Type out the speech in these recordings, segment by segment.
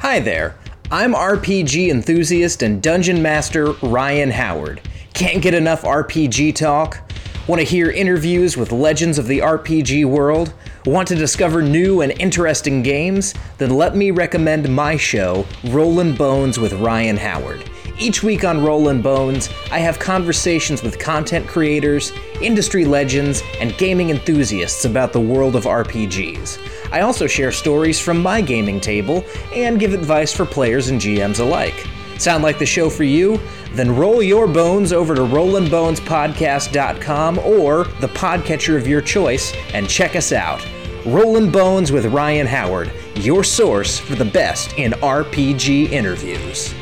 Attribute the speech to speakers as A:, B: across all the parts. A: Hi there. I'm RPG enthusiast and dungeon master Ryan Howard. Can't get enough RPG talk? Want to hear interviews with legends of the RPG world? Want to discover new and interesting games? Then let me recommend my show, Rollin' Bones with Ryan Howard. Each week on Rollin' Bones, I have conversations with content creators, industry legends, and gaming enthusiasts about the world of RPGs. I also share stories from my gaming table and give advice for players and GMs alike. Sound like the show for you? Then roll your bones over to rollinbonespodcast.com or the podcatcher of your choice and check us out. Rollin' Bones with Ryan Howard, your source for the best in RPG interviews.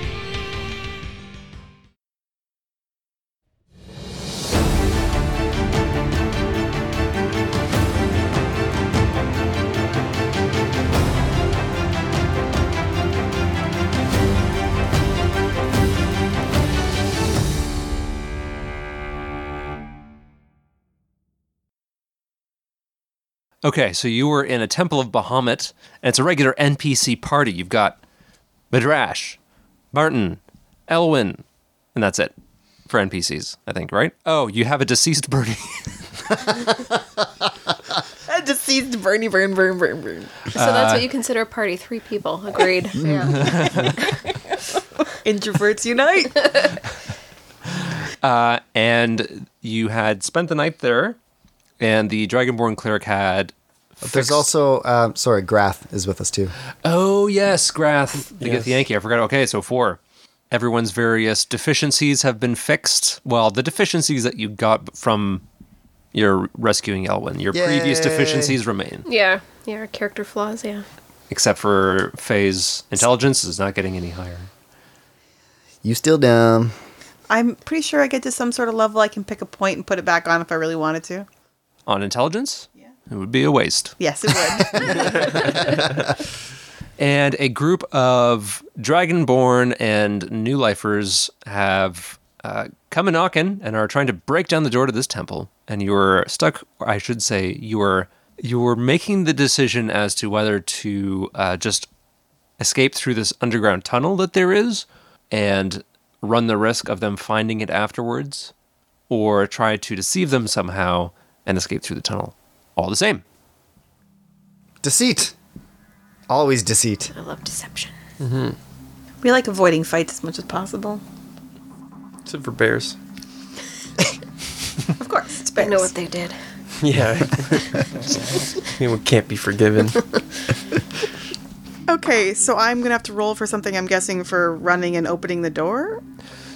B: Okay, so you were in a Temple of Bahamut, and it's a regular NPC party. You've got Midrash, Martin, Elwin, and that's it for NPCs, I think, right? Oh, you have a deceased Bernie.
C: A deceased Bernie burn burn burn burn.
D: So that's what you consider a party. Three people. Agreed. yeah.
C: Introverts unite.
B: and you had spent the night there, and the Dragonborn cleric had.
E: There's also um, sorry, Grath is with us too.
B: Oh, yes, Grath, the yes. Yankee. I forgot. Okay, so four. Everyone's various deficiencies have been fixed. Well, the deficiencies that you got from your rescuing Elwyn, your previous
E: Yay.
B: deficiencies remain.
D: Yeah. Yeah. Character flaws. Yeah.
B: except for Faye's intelligence is not getting any higher.
E: You still dumb?
C: I'm pretty sure I get to some sort of level I can pick a point and put it back on if I really wanted to.
B: On intelligence, yeah. it would be a waste.
C: Yes, it would.
B: And a group of Dragonborn and New Lifers have uh, come a knocking and are trying to break down the door to this temple. And you're stuck, or I should say, you're you're making the decision as to whether to uh, just escape through this underground tunnel that there is and run the risk of them finding it afterwards, or try to deceive them somehow and escape through the tunnel. All the same.
E: Deceit. Always deceit.
D: I love deception.
C: we like avoiding fights as much as possible.
F: Except for bears.
C: Of course, it's
D: I know
C: bears.
D: what they did.
F: Yeah. Anyone can't be forgiven.
C: Okay, so I'm gonna have to roll for something. I'm guessing for running and opening the door.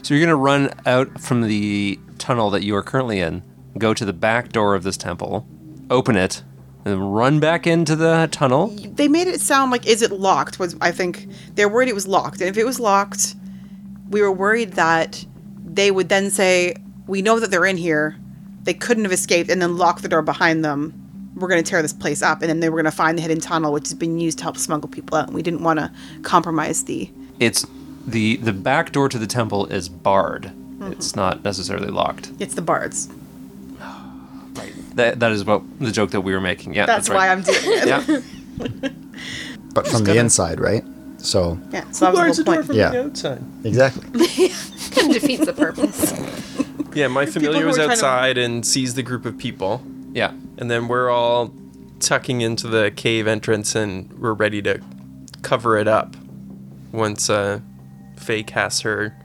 B: So you're going to run out from the tunnel that you are currently in, go to the back door of this temple, open it, and then run back into the tunnel.
C: They made it sound like is it locked? Was I think they're worried it was locked, and if it was locked, we were worried that they would then say we know that they're in here. They couldn't have escaped, and then lock the door behind them. We're gonna tear this place up, and then they were gonna find the hidden tunnel, which has been used to help smuggle people out. And we didn't want to compromise the
B: It's the the back door to the temple is barred.
C: Mm-hmm.
B: It's not necessarily locked.
C: it's the bards.
B: That that is what the joke that we were making. Yeah, that's,
C: That's,
B: right.
C: why I'm doing it.
B: Yeah.
E: But from the inside, right? So
C: Yeah, so that was the whole point.
E: Yeah.
F: the outside.
E: exactly.
D: Kind of defeats the purpose.
F: Yeah, my familiar
C: who
F: was
C: were trying to-
F: outside and sees the group of people.
B: Yeah.
F: And then we're all tucking into the cave entrance and we're ready to cover it up once uh, Faye casts her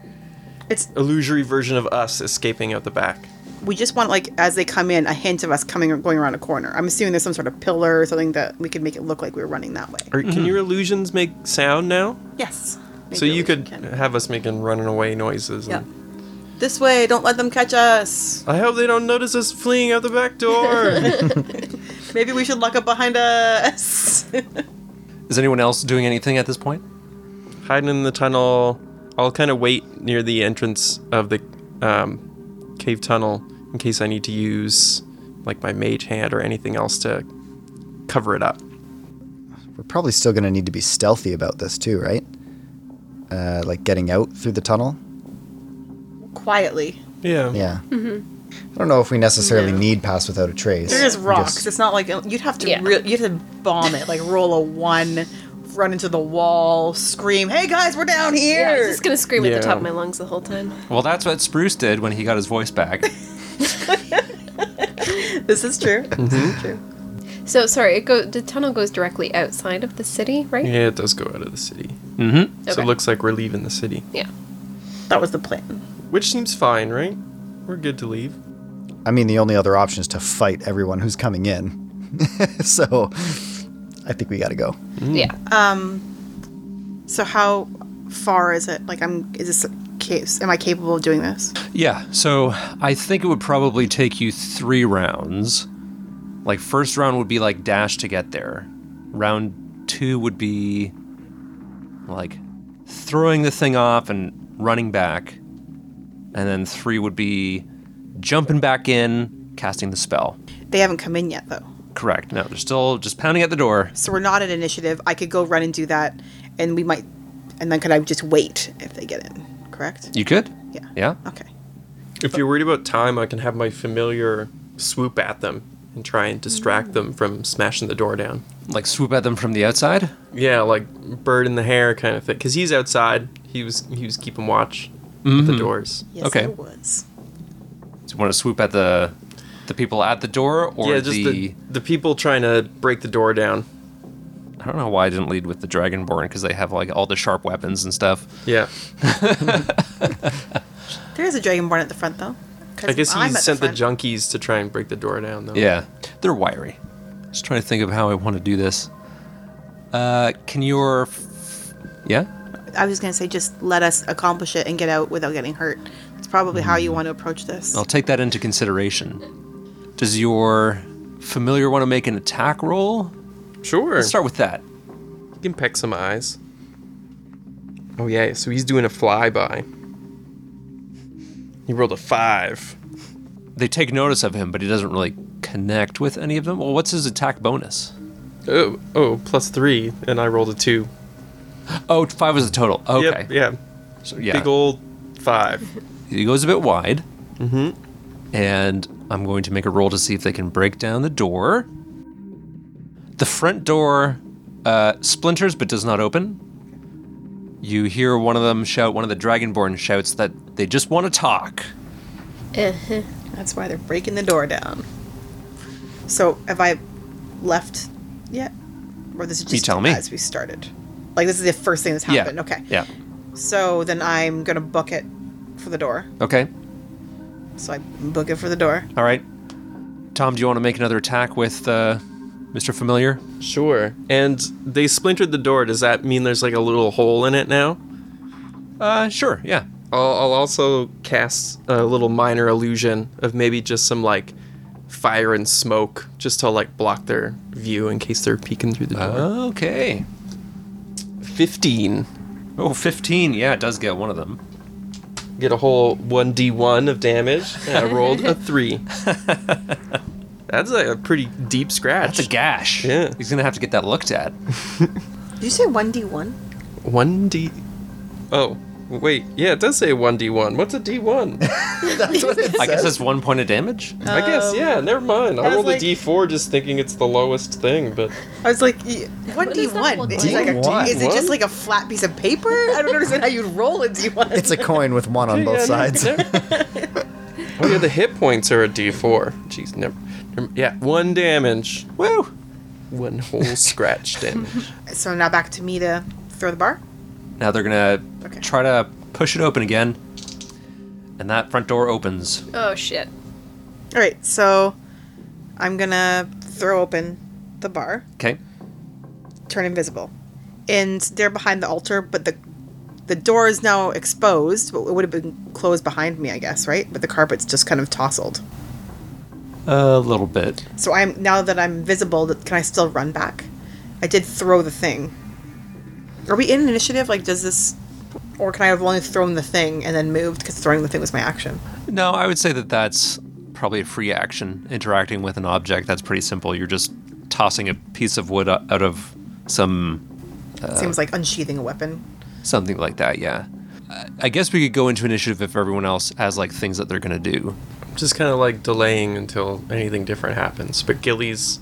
C: It's
F: illusory version of us escaping out the back.
C: we just want like as they come in a hint of us coming or going around a corner. I'm assuming there's some sort of pillar or something that we could make it look like we were running that way.
F: Are, Can your illusions make sound now?
C: Yes.
F: so you could have us making running away noises.
C: Yeah.
F: And
C: This way, don't let them catch us.
F: I hope they don't notice us fleeing out the back door.
C: Maybe we should lock up behind us.
B: Is anyone else doing anything at this point?
F: Hiding in the tunnel. I'll kind of wait near the entrance of the um, cave tunnel in case I need to use like my mage hand or anything else to cover it up.
E: We're probably still gonna need to be stealthy about this too, right? Uh, like getting out through the tunnel.
C: Quietly.
F: Yeah.
E: Yeah.
F: Mm-hmm.
E: I don't know if we necessarily need pass without a trace.
C: There is
E: We
C: rocks.
E: just-
C: It's not like you'd have to
D: Yeah.
C: re- you'd have to bomb it, like roll a one run into the wall, scream, "Hey guys, we're down
D: Yeah, I
C: here!"
D: was just gonna scream at
F: Yeah.
D: the top of my lungs the whole time.
B: Well, that's what Spruce did when he got his voice back.
C: this is true. This is true.
D: So sorry, it go the tunnel goes directly outside of the city, right?
F: Yeah, it does go out of the city.
B: Mm-hmm.
F: So
D: Okay.
F: it looks like we're leaving the city,
D: Yeah.
C: That was the plan.
F: which seems fine, right? We're good to leave.
E: I mean, the only other option is to fight everyone who's coming in. so I think we got to go.
D: Yeah.
C: So how far is it? Like, I'm is this case? Am I capable of doing this?
B: Yeah, so I think it would probably take you three rounds. Like, first round would be like dash to get there. Round two would be like throwing the thing off and running back. And then three would be jumping back in, casting the spell.
C: They haven't come in yet, though.
B: Correct. No, they're still just pounding at the door.
C: So we're not at initiative. I could go run and do that, and we might, and then could I just wait if they get in? Correct.
B: You could?
C: Yeah.
B: Yeah.
C: Okay.
F: If you're worried about time, I can have my familiar swoop at them and try and distract them from smashing the door down.
B: Like, swoop at them from the outside?
F: Yeah, like bird in the hair kind of thing. Cause he's outside. He was he was keeping watch at the doors.
C: Yes,
B: Okay.
C: I was.
B: Do you want to swoop at the. The people at the door, or
F: yeah, just the,
B: the
F: the people trying to break the door down.
B: I don't know why I didn't lead with the Dragonborn because they have like all the sharp weapons and stuff.
F: Yeah,
C: There is a dragonborn at the front, though. 'Cause
F: I guess he
C: I'm at
F: sent the,
C: front.
F: junkies to try and break the door down though.
B: Yeah, they're wiry. Just trying to think of how I want to do this. Uh, can your f- yeah?
C: I was gonna say, just let us accomplish it and get out without getting hurt. That's probably how you want to approach this.
B: I'll take that into consideration. Does your familiar want to make an attack roll?
F: sure.
B: Let's start with that.
F: You can peck some eyes. Oh yeah, so he's doing a flyby. He rolled a five.
B: They take notice of him, but he doesn't really connect with any of them. Well, what's his attack bonus?
F: Oh, oh, plus three, and I rolled a two.
B: Oh, five was the total. Okay,
F: Yep, yeah.
B: So, yeah.
F: Big old five.
B: he goes a bit wide. Mm-hmm. And I'm going to make a roll to see if they can break down the door. The front door uh, splinters but does not open. You hear one of them shout, one of the Dragonborn shouts that they just want to talk.
D: Uh-huh.
C: That's why they're breaking the door down. So have I left yet, or this is just
B: tell me.
C: as we started? Like this is the first thing that's happened.
B: Yeah.
C: Okay.
B: Yeah.
C: So then I'm gonna book it for the door.
B: Okay.
C: So I book it for the door.
B: All right. Tom, do you want to make another attack with uh, Mr. Familiar?
F: Sure. And they splintered the door. Does that mean there's like a little hole in it now?
B: Uh, sure. Yeah.
F: I'll, I'll also cast a little minor illusion of maybe just some like fire and smoke just to like block their view in case they're peeking through the door.
B: Okay.
F: 15.
B: Oh, 15. Yeah, it does get one of them.
F: Get a whole 1d1 of damage. And I rolled a 3. That's like a pretty deep scratch.
B: That's a gash.
F: Yeah.
B: He's going to have to get that looked at.
C: Did you say one d one?
F: 1d. Oh, wait. Yeah, it does say 1d1. What's a d1?
E: That's what it
B: I guess that's one point of damage.
F: I guess, yeah, never mind. I
C: Um, was
F: rolled
C: like-
F: a d4 just thinking it's the lowest thing, but.
C: I was like one d
D: does that
C: one.
D: look
C: Is
D: like?
C: it
E: D1?
C: like a- is it just like a flat piece of paper? I don't understand how you'd roll a d one.
E: It's a coin with one on both
F: Yeah, no,
E: sides.
F: never- oh, yeah, the hit points are a d4. Jeez, never. never yeah, one damage.
B: Woo!
F: One whole scratch damage.
C: So now back to me to throw the bar.
B: Now they're gonna
C: Okay.
B: try to push it open again, and that front door opens.
D: Oh shit.
C: All right, so I'm gonna throw open the bar,
B: Okay.
C: turn invisible, and they're behind the altar. But the the door is now exposed. Well, It would have been closed behind me, I guess, right? But the carpet's just kind of tousled.
B: A little bit.
C: So I'm now that I'm visible. that- Can I still run back? I did throw the thing. Are we in initiative? Like, does this, or can I have only thrown the thing and then moved? Because throwing the thing was my action.
B: No, I would say that that's probably a free action. Interacting with an object, that's pretty simple. You're just tossing a piece of wood o- out of some
C: Seems like unsheathing a weapon.
B: something like that. Yeah. I- I guess we could go into initiative if everyone else has like things that they're gonna do.
F: Just kind of like delaying until anything different happens. But Gilly's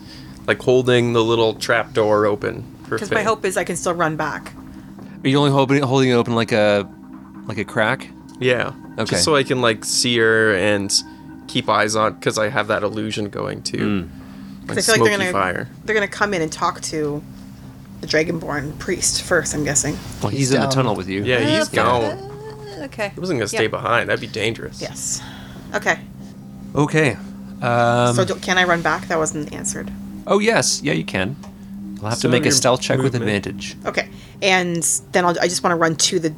F: like holding the little trap door open. her
C: Because my
F: thing.
C: hope is I can still run back.
B: Are you only hoping, holding it open like a like a crack?
F: Yeah.
B: Okay.
F: Just so I can like see her and keep eyes on because I have that illusion going too. Like
C: 'Cause I feel
F: smoky
C: like they're gonna
F: fire.
C: they're gonna come in and talk to the dragonborn priest first. I'm guessing.
B: Well, he's,
E: He's
B: in the
E: down.
B: tunnel with you.
F: Yeah, he's
C: Okay.
F: gone.
C: Okay.
F: He wasn't gonna stay behind. That'd be dangerous.
C: Yes. Okay.
B: Okay.
C: so do, can I run back? That wasn't answered.
B: Oh yes, yeah, you can. You'll have
F: Still
B: to make a
F: your
B: stealth check with
F: movement.
B: advantage.
C: Okay. And then I'll, I just want to run to the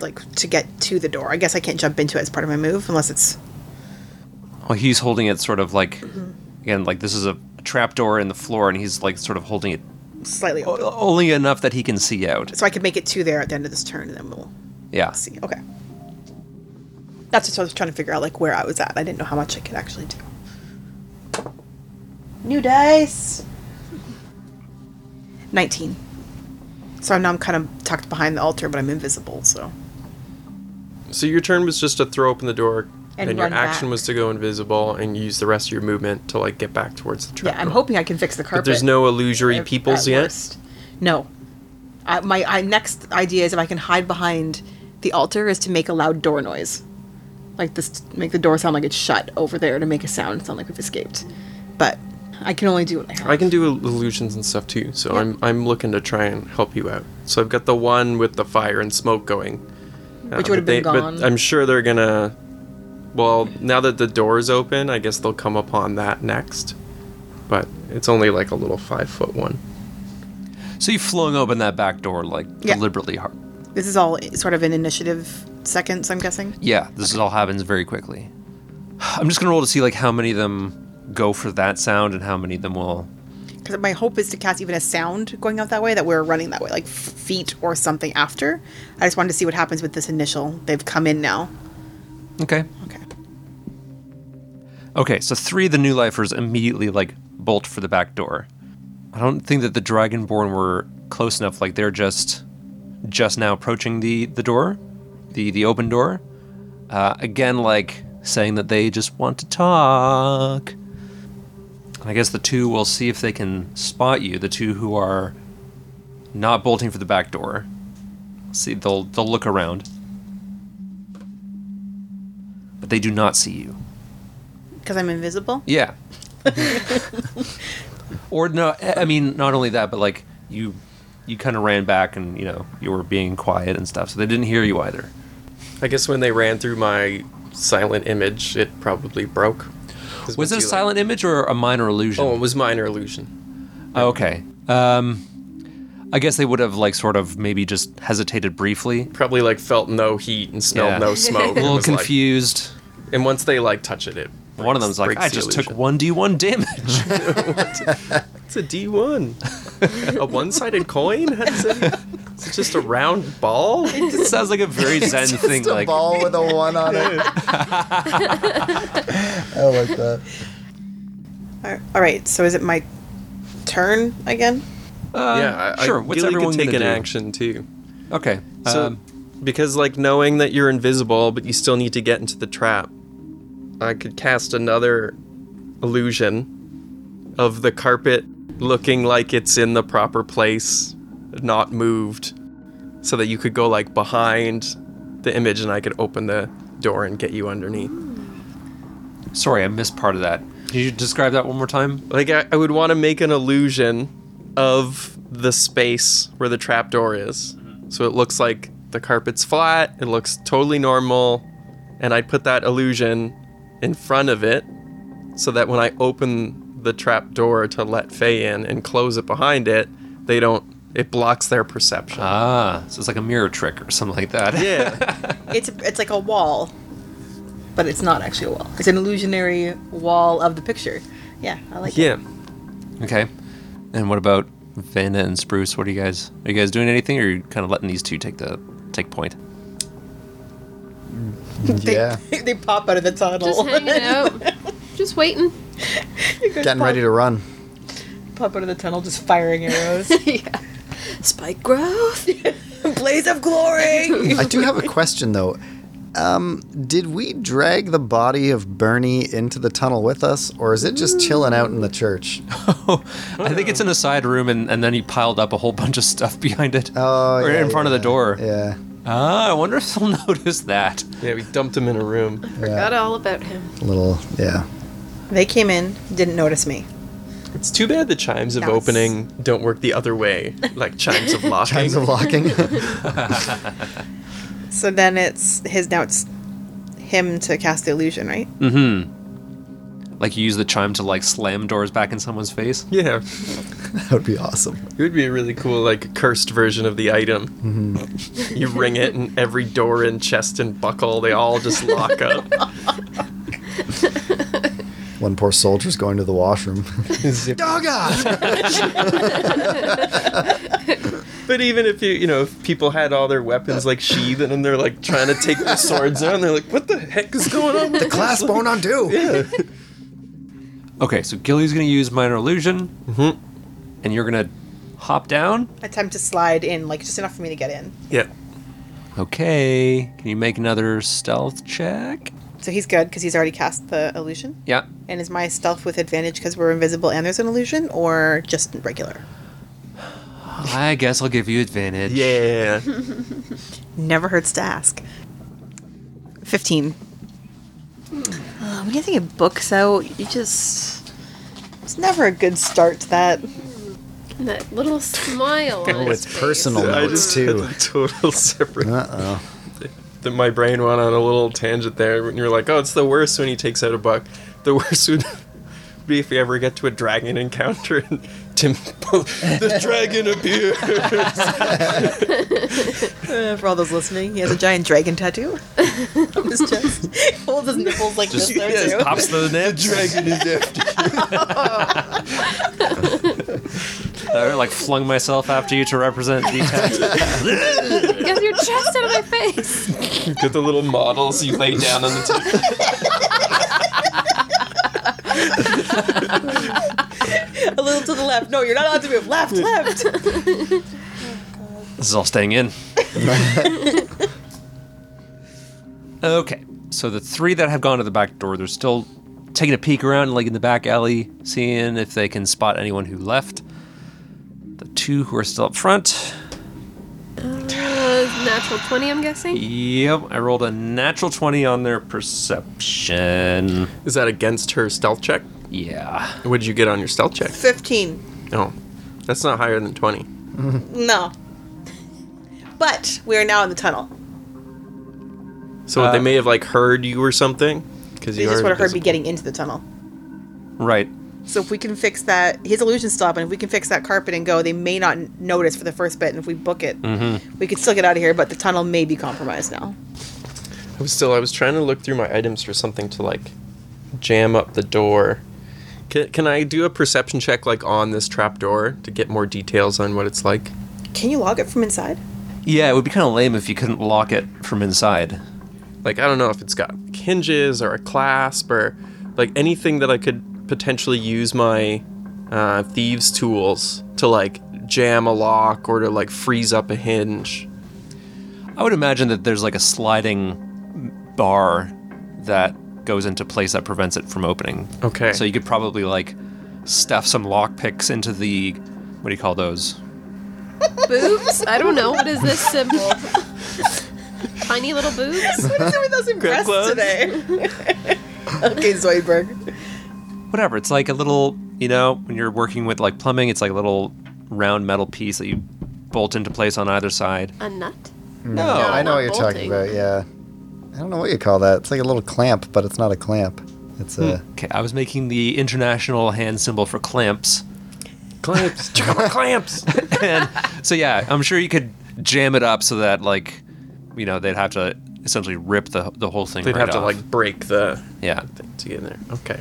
C: like to get to the door. I guess I can't jump into it as part of my move unless it's
B: Well, Oh, he's holding it sort of like, again, like this is a trap door in the floor, and he's like sort of holding it
C: slightly
B: o-
F: Oh,
C: open.
B: only enough that he can see out.
C: So I could make it to there at the end of this turn, and then we'll
B: Yeah.
C: see. Okay. That's what I was trying to figure out, like where I was at. I didn't know how much I could actually do. New dice. Nineteen. So now I'm kind of tucked behind the altar, but I'm invisible. So
F: So your turn was just to throw open the door,
C: And
F: and, your
C: run
F: action
C: back.
F: was to go invisible and use the rest of your movement to like get back towards the trap.
C: yeah, I'm
F: door.
C: hoping I can fix the carpet.
F: But there's no illusory peoples
C: at
F: yet.
C: worst. No. I, my I, next idea is if I can hide behind the altar is to make a loud door noise, like this, make the door sound like it's shut over there to make a sound sound like we've escaped. But I can only do what I have.
F: I can do illusions and stuff too, so I'm I'm looking to try and help you out. So I've got the one with the fire and smoke going, Uh,
C: Which would've
F: but
C: been
F: they-
C: gone.
F: But I'm sure they're gonna. Well, now that the door is open, I guess they'll come upon that next. But it's only like a little five foot one.
B: So you flung open that back door like
C: Yeah.
B: deliberately hard.
C: This is all sort of an initiative seconds, I'm guessing.
B: Yeah, this all happens very quickly. I'm just gonna roll to see like how many of them go for that sound and how many of them will.
C: Because my hope is to cast even a sound going out that way that we're running that way, like f- feet or something after. I just wanted to see what happens with this initial. They've come in now.
B: Okay.
C: Okay.
B: Okay, so three of the new lifers immediately like bolt for the back door. I don't think that the dragonborn were close enough. Like they're just just now approaching the the door, the the open door. Uh, again, like saying that they just want to talk. And I guess the two will see if they can spot you. The two who are not bolting for the back door. See, they'll they'll look around, but they do not see you.
C: Because I'm invisible.
B: Yeah. or no, I I mean not only that, but like you, you kind of ran back and you know you were being quiet and stuff, so they didn't hear you either.
F: I guess when they ran through my silent image, it probably broke. 'Cause
B: Was
F: once
B: it a
F: you, like-
B: silent image or a minor illusion?
F: oh, it was minor illusion.
B: Oh, okay. Um, I guess they would have like sort of maybe just hesitated briefly,
F: Probably like felt no heat and smelled
B: Yeah.
F: no smoke.
B: a
F: and
B: little
F: was like-
B: confused.
F: and once they like touch it, it
B: One of
F: breaks-
B: them's like,
F: breaks
B: "I
F: the
B: just took
F: illusion."
B: one d one damage."
F: It's a D one. a one sided coin? How does it- Is it just a round ball?
B: it sounds like a very zen
E: Just
B: thing.
E: a
B: Like,
E: ball with a one on it. I like that.
C: All all right. So is it my turn again?
F: yeah, I,
B: uh, sure,
F: I
B: what's
F: Gilly
B: everyone
F: could take
B: gonna
F: an
B: do?
F: action too.
B: okay,
F: So,
B: um,
F: because like knowing that you're invisible, but you still need to get into the trap, I could cast another illusion of the carpet looking like it's in the proper place, not moved, so that you could go like behind the image, and I could open the door and get you underneath.
B: uh, sorry, I missed part of that. Can you describe that one more time?
F: Like I, I would want to make an illusion of the space where the trapdoor is. So it looks like the carpet's flat, it looks totally normal, and I'd put that illusion in front of it so that when I open the trapdoor to let Faye in and close it behind it, they don't it blocks their perception.
B: Ah, so it's like a mirror trick or something like that.
F: yeah.
C: It's it's like a wall, but it's not actually a wall. It's an illusionary wall of the picture. Yeah, I like it.
F: Yeah.
B: Okay. And what about Vanna and Spruce? What are you guys? Are you guys doing anything, or are you kind of letting these two take the take point?
C: They,
E: Yeah.
C: they pop out of the tunnel.
D: Just hanging out. Just waiting.
E: Getting ready to run.
C: pop out of the tunnel, just firing arrows.
D: yeah. Spike growth.
C: Blaze of glory.
E: I do have a question though. Um, Did we drag the body of Bernie into the tunnel with us, or is it just chilling out in the church?
B: I think it's in a side room, and, and then he piled up a whole bunch of stuff behind it,
E: Oh,
B: or
E: yeah,
B: in front of the
E: yeah,
B: door.
E: Yeah.
B: Ah, I wonder if they'll notice that.
F: Yeah, we dumped him in a room.
D: Forgot all about him.
E: Little, yeah.
C: They came in, didn't notice me.
F: It's too bad the chimes of
C: That's-
F: opening don't work the other way, like chimes of locking.
E: Times of locking.
C: So then it's his now it's him to cast the illusion, right?
B: Like you use the chime to like slam doors back in someone's face.
F: yeah,
E: that would be awesome.
F: it would be a really cool like cursed version of the item. you ring it, and every door and chest and buckle they all just lock up.
E: One poor soldier's going to the washroom. Dogga!
F: But even if you, you know, if people had all their weapons like sheathed and then they're like trying to take their swords out, and they're like, "What the heck is going on?"
E: the class bone on due.
B: Okay, so Gilly's gonna use minor illusion, mm-hmm. and you're gonna hop down.
C: Attempt to slide in, like just enough for me to get in.
F: Yeah,
B: Okay, can you make another stealth check?
C: So he's good because he's already cast the illusion.
B: Yeah,
C: And is my stealth with advantage because we're invisible and there's an illusion, or just regular?
B: I guess I'll give you advantage.
F: yeah.
C: Never hurts to ask. Fifteen.
D: Oh, when you think it books out, you just
C: It's never a good start to that.
D: and that little smile. on
E: Oh,
D: his
E: it's
D: face.
E: personal
F: I
E: notes
F: just had
E: too.
F: a total separate.
E: Uh oh.
F: that my brain went on a little tangent there when you're like, oh, it's the worst when he takes out a buck. The worst would be if we ever get to a dragon encounter and Tim, the dragon appears.
C: Uh, for all those listening, he has a giant dragon tattoo on his chest. Holds his nipples like this there
F: yes,
C: too.
B: Pops the nips.
F: dragon is after.
B: I like flung myself after you to represent the
D: Get your chest out of my face.
F: Get the little models you lay down on the top.
C: A little to the left. No, you're not allowed to move. Left, left.
B: This is all staying in. okay, so the three that have gone to the back door, they're still taking a peek around, like in the back alley, seeing if they can spot anyone who left. The two who are still up front.
D: Uh, natural twenty, I'm guessing.
B: Yep, I rolled a natural 20 on their perception.
F: Is that against her stealth check?
B: Yeah.
F: What did you get on your stealth check?
C: Fifteen.
F: No, that's not higher than 20.
C: No. But we are now in the tunnel.
F: So
B: Uh,
F: they may have like heard you or something. Because
C: They
F: you
C: just
F: are
C: would have heard me
F: invisible.
C: getting into the tunnel.
B: Right.
C: So if we can fix that, his illusion's still up, and if we can fix that carpet and go, they may not n- notice for the first bit. And if we book it,
E: Mm-hmm.
C: we could still get out of here. But the tunnel may be compromised now.
F: I was still. I was trying to look through my items for something to like jam up the door. Can, can I do a perception check like on this trap door to get more details on what it's like?
C: Can you log it from inside?
B: Yeah, it would be kind of lame if you couldn't lock it from inside.
F: Like I don't know if it's got hinges or a clasp or like anything that I could potentially use my uh, thieves tools to like jam a lock or to like freeze up a hinge.
B: I would imagine that there's like a sliding bar that goes into place that prevents it from opening.
F: Okay.
B: So you could probably like stuff some lock picks into the what do you call those?
D: Boobs? I don't know. What is this symbol? Tiny little boobs?
C: What is it with those breasts
F: clothes.
C: today? okay, Zoidberg.
B: Whatever. It's like a little, you know, when you're working with like plumbing, it's like a little round metal piece that you bolt into place on either side.
D: A nut?
B: No.
C: Oh,
E: I know
D: not
E: what you're
D: bolting.
E: talking about. Yeah. I don't know what you call that. It's like a little clamp, but it's not a clamp. It's a.
F: Hmm.
B: Okay, I was making the international hand symbol for clamps.
F: Clamps. Check out my clamps.
B: and so yeah, I'm sure you could jam it up so that like, you know, they'd have to essentially rip the the whole thing.
F: They'd
B: right
F: have to
B: off.
F: like break the
B: yeah.
F: thing to get in there. Okay.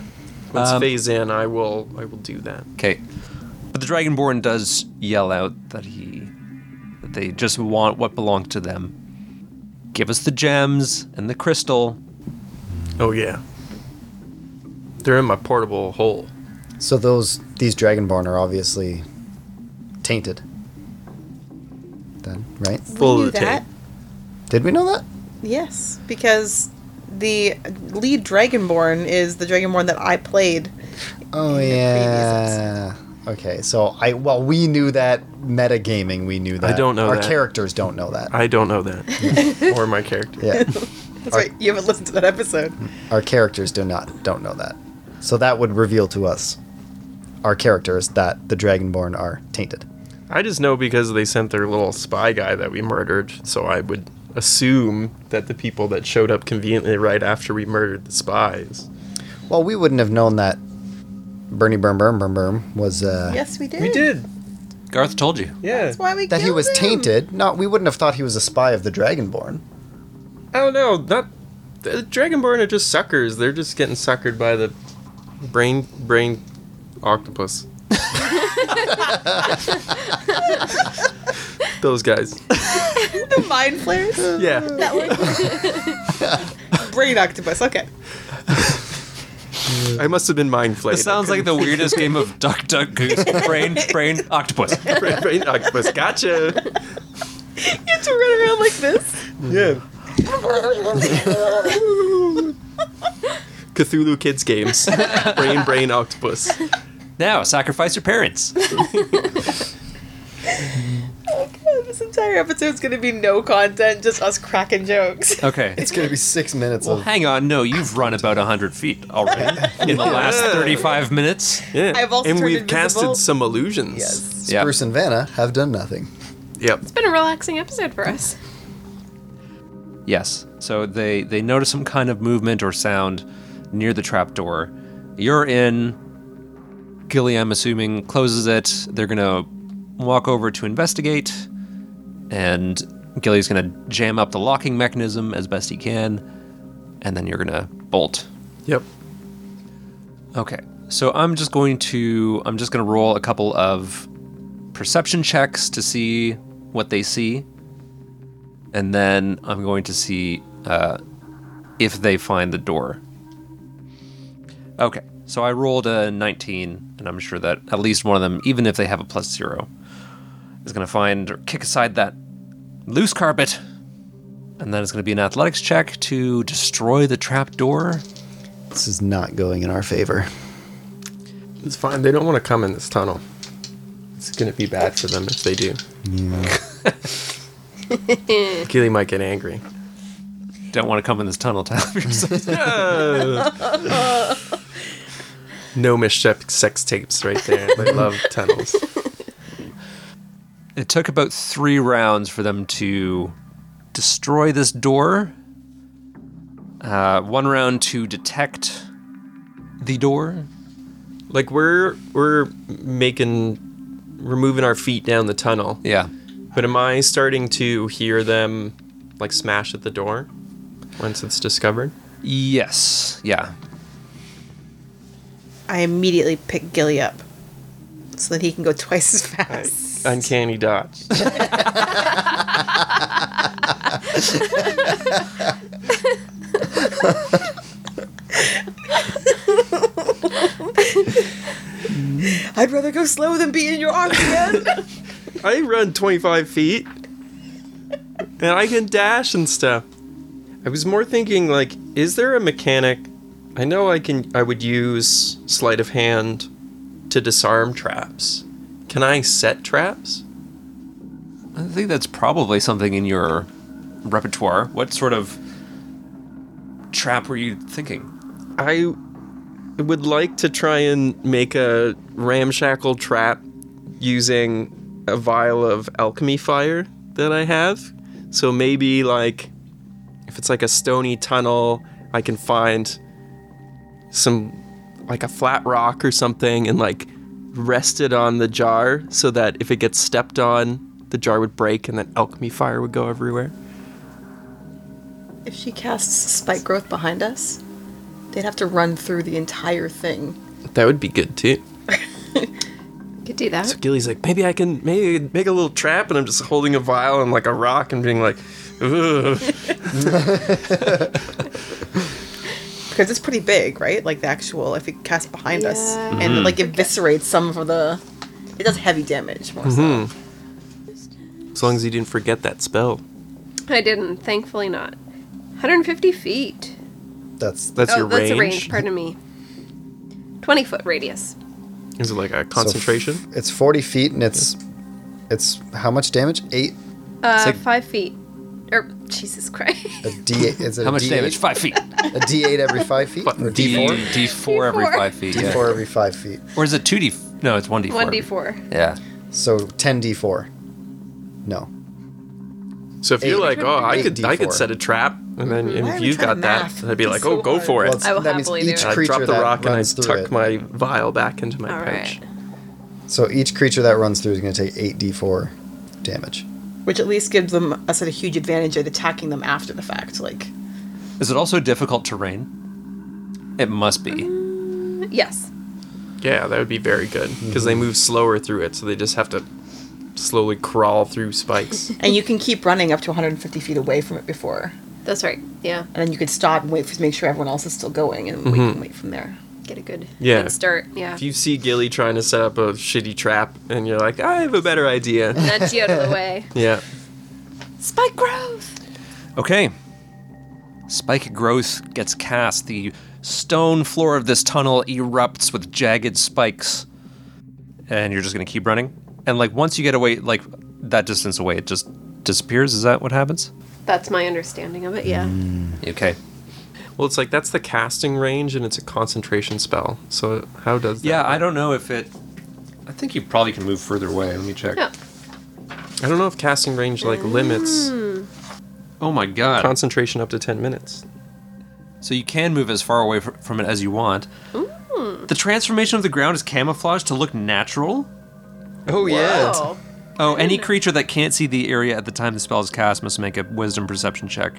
F: Once
B: Um,
F: phase in, I will. I will do that.
B: Okay, but the Dragonborn does yell out that he that they just want what belonged to them. Give us the gems and the crystal.
F: Oh yeah. They're in my portable hole.
E: So those these dragonborn are obviously tainted. Then right?
F: Full
C: knew
F: of the
C: that.
F: tape.
E: Did we know that?
C: Yes, because the lead Dragonborn is the Dragonborn that I played.
E: Oh
C: in the previous
E: yeah. Okay, so I well we knew that metagaming, we knew that.
F: don't know
E: Our
F: that.
E: characters don't know that.
F: I don't know that, or my character.
E: yeah.
C: That's right. You haven't listened to that episode.
E: Our characters do not don't know that. So that would reveal to us our characters that the Dragonborn are tainted.
F: I just know because they sent their little spy guy that we murdered, so I would assume that the people that showed up conveniently right after we murdered the spies.
E: Well, we wouldn't have known that Bernie Berm Berm Berm Berm was uh
C: Yes, we did.
F: We did.
B: Garth told you.
F: Yeah.
C: That's why we
E: that he
C: killed
E: was
C: him.
E: tainted. No, we wouldn't have thought he was a spy of the Dragonborn.
F: I don't know. Not the Dragonborn are just suckers. They're just getting suckered by the brain brain octopus. Those guys.
C: The mind flares.
F: Yeah.
C: that one. Brain octopus. Okay.
F: I must have been mind flayed.
B: It sounds like the weirdest game of duck, duck, goose, brain, brain, octopus.
F: brain, brain octopus. Gotcha.
C: You have to run around like this.
F: Yeah. Cthulhu kids games. brain brain octopus.
B: Now, sacrifice your parents.
C: Oh god, this entire episode's gonna be no content, just us cracking jokes.
B: Okay.
E: It's gonna be six minutes
B: Well, hang on. No, you've run about 100 feet already in the last 35 minutes.
F: Yeah.
C: I've also
F: and
C: turned
F: we've
C: invisible.
F: casted some illusions.
C: Yes.
B: Yeah.
E: Spruce and Vanna have done nothing.
F: Yep.
D: It's been a relaxing episode for us.
B: Yes. So they they notice some kind of movement or sound near the trapdoor. You're in. Gilly, I'm assuming, closes it. They're gonna walk over to investigate, and Gilly's gonna jam up the locking mechanism as best he can, and then you're gonna bolt.
F: Yep.
B: Okay. So I'm just going to I'm just going to roll a couple of perception checks to see what they see. And then I'm going to see uh, if they find the door. Okay. So I rolled a 19 and I'm sure that at least one of them even if they have a plus 0 is going to find or kick aside that loose carpet. And then it's going to be an athletics check to destroy the trap door.
E: This is not going in our favor.
F: It's fine. They don't want to come in this tunnel. It's going to be bad for them if they do. Yeah. Keely might get angry.
B: Don't want to come in this tunnel, Tyler.
F: No misstep sex tapes right there. They love tunnels.
B: It took about three rounds for them to destroy this door. Uh, one round to detect the door.
F: Like we're we're making we're moving our feet down the tunnel.
B: Yeah.
F: But am I starting to hear them like smash at the door once it's discovered?
B: Yes. Yeah.
C: I immediately pick Gilly up so that he can go twice as fast.
F: Uncanny dodge.
C: I'd rather go slow than be in your arms again.
F: I run 25 feet. And I can dash and stuff. I was more thinking like, is there a mechanic? I know I can I would use sleight of hand to disarm traps. Can I set traps?
B: I think that's probably something in your repertoire. What sort of trap were you thinking?
F: I would like to try and make a ramshackle trap using a vial of alchemy fire that I have. So maybe like if it's like a stony tunnel, I can find some like a flat rock or something and like rest it on the jar so that if it gets stepped on, the jar would break and then alchemy fire would go everywhere.
C: If she casts spike growth behind us, they'd have to run through the entire thing.
F: That would be good too.
D: Could do that.
F: So Gilly's like, maybe I can maybe I can make a little trap, and I'm just holding a vial and like a rock and being like, Ugh.
C: Because it's pretty big, right? Like the actual, if it casts behind us
D: Yeah.
C: and
F: Mm-hmm.
C: like eviscerates some of the. It does heavy damage more so.
F: as long as you didn't forget that spell.
D: I didn't. Thankfully, not. 150 feet.
E: That's
F: That's
D: oh,
F: your
D: that's
F: range.
D: a range. Pardon me. 20 foot radius.
F: Is it like a
E: so f-
F: concentration?
E: it's 40 feet and it's it's how much damage? 8
D: Uh,
F: like-
D: five feet. Or Jesus Christ.
E: a d8 is it
B: How
E: a
B: much
E: D8?
B: damage? Five feet.
E: A d8 every 5 feet
F: What,
E: or
B: D
E: d4?
B: D four every
D: D4.
B: five feet. yeah.
E: d4 every 5 feet.
B: Or is it two D? No, it's one D four.
D: 1d4.
B: Yeah.
E: So 10 d4. No.
F: So if you're like, oh, I
E: Eight
F: could, I
E: D4.
F: could set a trap, and then
C: Why are
F: if
C: we
F: you've
C: trying to
F: got that,
C: math?
F: then I'd be like,
D: so
F: oh, go
D: hard.
F: for it.
E: it's-
D: I will
E: that means
D: happily
E: each
D: do it.
F: I
E: creature
F: drop the
E: that
F: rock and I
E: runs through
F: tuck
E: it.
F: my vial back into my
D: All
F: pouch.
D: right.
E: So each creature that runs through is going to take 8 d4 damage.
C: which at least gives them us a huge advantage at attacking them after the fact. Like,
B: Is it also difficult terrain? It must be.
D: Yes.
F: Yeah, that would be very good because
E: Mm-hmm.
F: they move slower through it, so they just have to slowly crawl through spikes.
C: and you can keep running up to 150 feet away from it before,
D: That's right. Yeah.
C: and then you could stop and wait for make sure everyone else is still going, and we
F: Mm-hmm.
C: can wait from there.
D: Get a good
F: Yeah.
D: head start. Yeah.
F: if you see Gilly trying to set up a shitty trap, and you're like, I have a better idea.
D: Nudge you out of the way.
F: yeah.
D: Spike growth.
B: Okay. Spike growth gets cast. The stone floor of this tunnel erupts with jagged spikes, and you're just gonna keep running. And like once you get away, like that distance away, it just disappears. Is that what happens?
D: That's my understanding of it. Yeah.
B: Okay.
F: Well, it's like that's the casting range, and it's a concentration spell. So how does that?
B: Yeah,
F: work?
B: I don't know if it. I think you probably can move further away. Let me check.
D: Yeah.
F: I don't know if casting range like limits
B: Oh my god.
F: concentration up to ten minutes.
B: so you can move as far away fr- from it as you want. The transformation of the ground is camouflaged to look natural.
F: Oh yeah.
D: Oh.
B: Oh, any creature that can't see the area at the time the spell is cast must make a wisdom perception check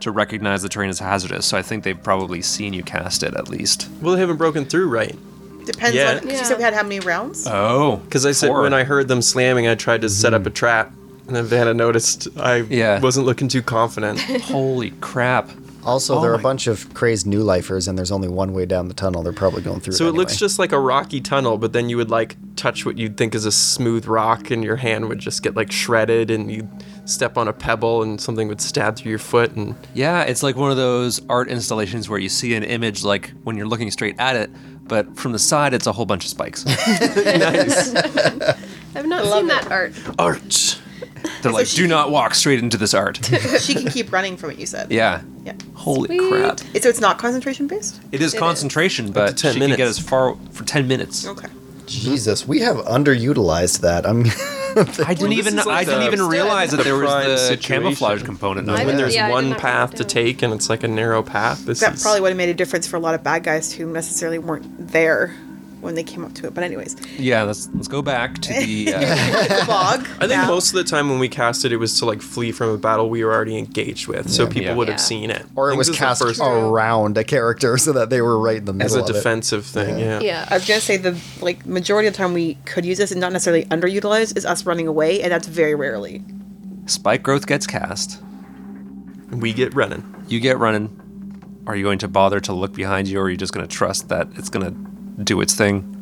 B: to recognize the terrain as hazardous. So I think they've probably seen you cast it at least.
F: Well, they haven't broken through, right?
C: Depends
F: Mm-hmm. Yeah.
C: on.
F: Uh.
C: Because you said we had how many rounds?
B: Oh.
F: Because I said when I heard them slamming, I tried to set up a trap, and then Vanna noticed I
B: Yeah.
F: wasn't looking too confident.
B: Holy crap.
E: Also,
B: Oh
E: there are a
B: my-
E: bunch of crazed new lifers, and there's only one way down the tunnel. They're probably going through.
F: so it looks
E: anyway.
F: just like a rocky tunnel, but then you would like touch what you'd think is a smooth rock, and your hand would just get like shredded, and you'd step on a pebble, and something would stab through your foot, and
B: Yeah, it's like one of those art installations where you see an image like when you're looking straight at it, but from the side it's a whole bunch of spikes.
D: I've not seen that art.
B: art. They're like, do not walk straight into this art.
C: she can keep running from it. You said.
B: yeah.
C: Yeah.
B: Holy crap.
C: So it's not concentration based.
B: It is concentration,
F: Up to
B: but
F: 10
B: she can get
F: minutes.
B: as far for 10 minutes.
C: Okay.
E: Jesus, we have underutilized that. I'm.
B: I didn't
F: this
B: even
F: is like
B: I didn't
F: the-
B: even realize that
F: the
B: there was
F: prime
B: the
F: situation.
B: camouflage component. of
D: I
B: it.
F: when there's
D: Yeah, I did
F: one
D: not write
F: path
D: that
F: to
D: down.
F: take, and it's like a narrow path. This
C: That
F: is-
C: probably would have made a difference for a lot of bad guys who necessarily weren't there when they came up to it. But anyways,
B: Yeah, let's let's go back to the uh,
C: the bog.
F: I think most of the time when we cast it, it was to like flee from a battle we were already engaged with, so people
B: Yeah.
F: would
D: Yeah.
F: have seen it. I
E: or it
F: think
E: was
F: this is the
E: cast
F: first-
E: around a character so that they were right in the
F: as
E: middle
F: a
E: of it.
F: defensive thing. Yeah.
C: I
D: Yeah.
C: was gonna say the like majority of the time we could use this and not necessarily underutilized is us running away, and that's very rarely.
B: spike growth gets cast.
F: We get running.
B: You get running. Are you going to bother to look behind you, or are you just going to trust that it's going to do its thing?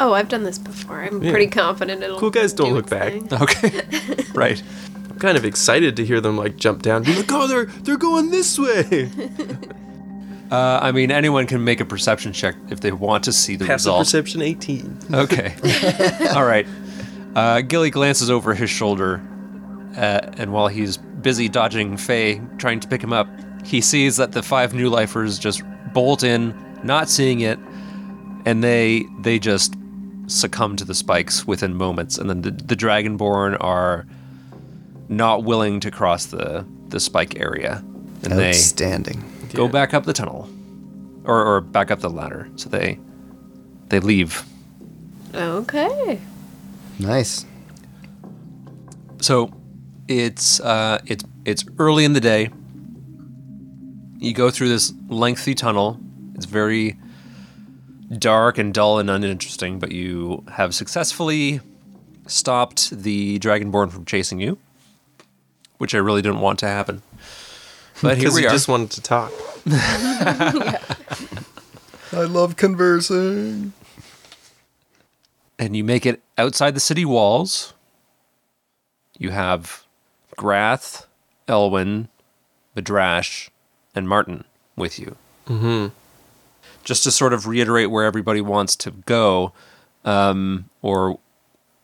D: Oh, I've done this before. I'm pretty confident it'll.
F: Cool guys don't
D: do its
F: look back.
D: thing.
B: Okay, right.
F: I'm kind of excited to hear them like jump down. Be like, oh, they're they're going this way.
B: Uh, I mean, anyone can make a perception check if they want to see the
F: Passive
B: result.
F: perception 18.
B: Okay. All right. Uh, Gilly glances over his shoulder, uh, and while he's busy dodging Faye, trying to pick him up, he sees that the five new lifers just bolt in, not seeing it, and they they just succumb to the spikes within moments. And then the, the Dragonborn are not willing to cross the the spike area, and they
E: Outstanding.
B: go back up the tunnel, or, or back up the ladder. So they they leave.
D: Okay.
E: Nice.
B: So it's uh, it's it's early in the day. You go through this lengthy tunnel. It's very dark and dull and uninteresting, but you have successfully stopped the dragonborn from chasing you, which I really didn't want to happen. But here
F: Because
B: we
F: he
B: are.
F: just wanted to talk.
E: I love conversing.
B: and you make it outside the city walls. You have Grath, Elwyn, Madrash, and Martin with you. Mm-hmm. Just to sort of reiterate where everybody wants to go um, or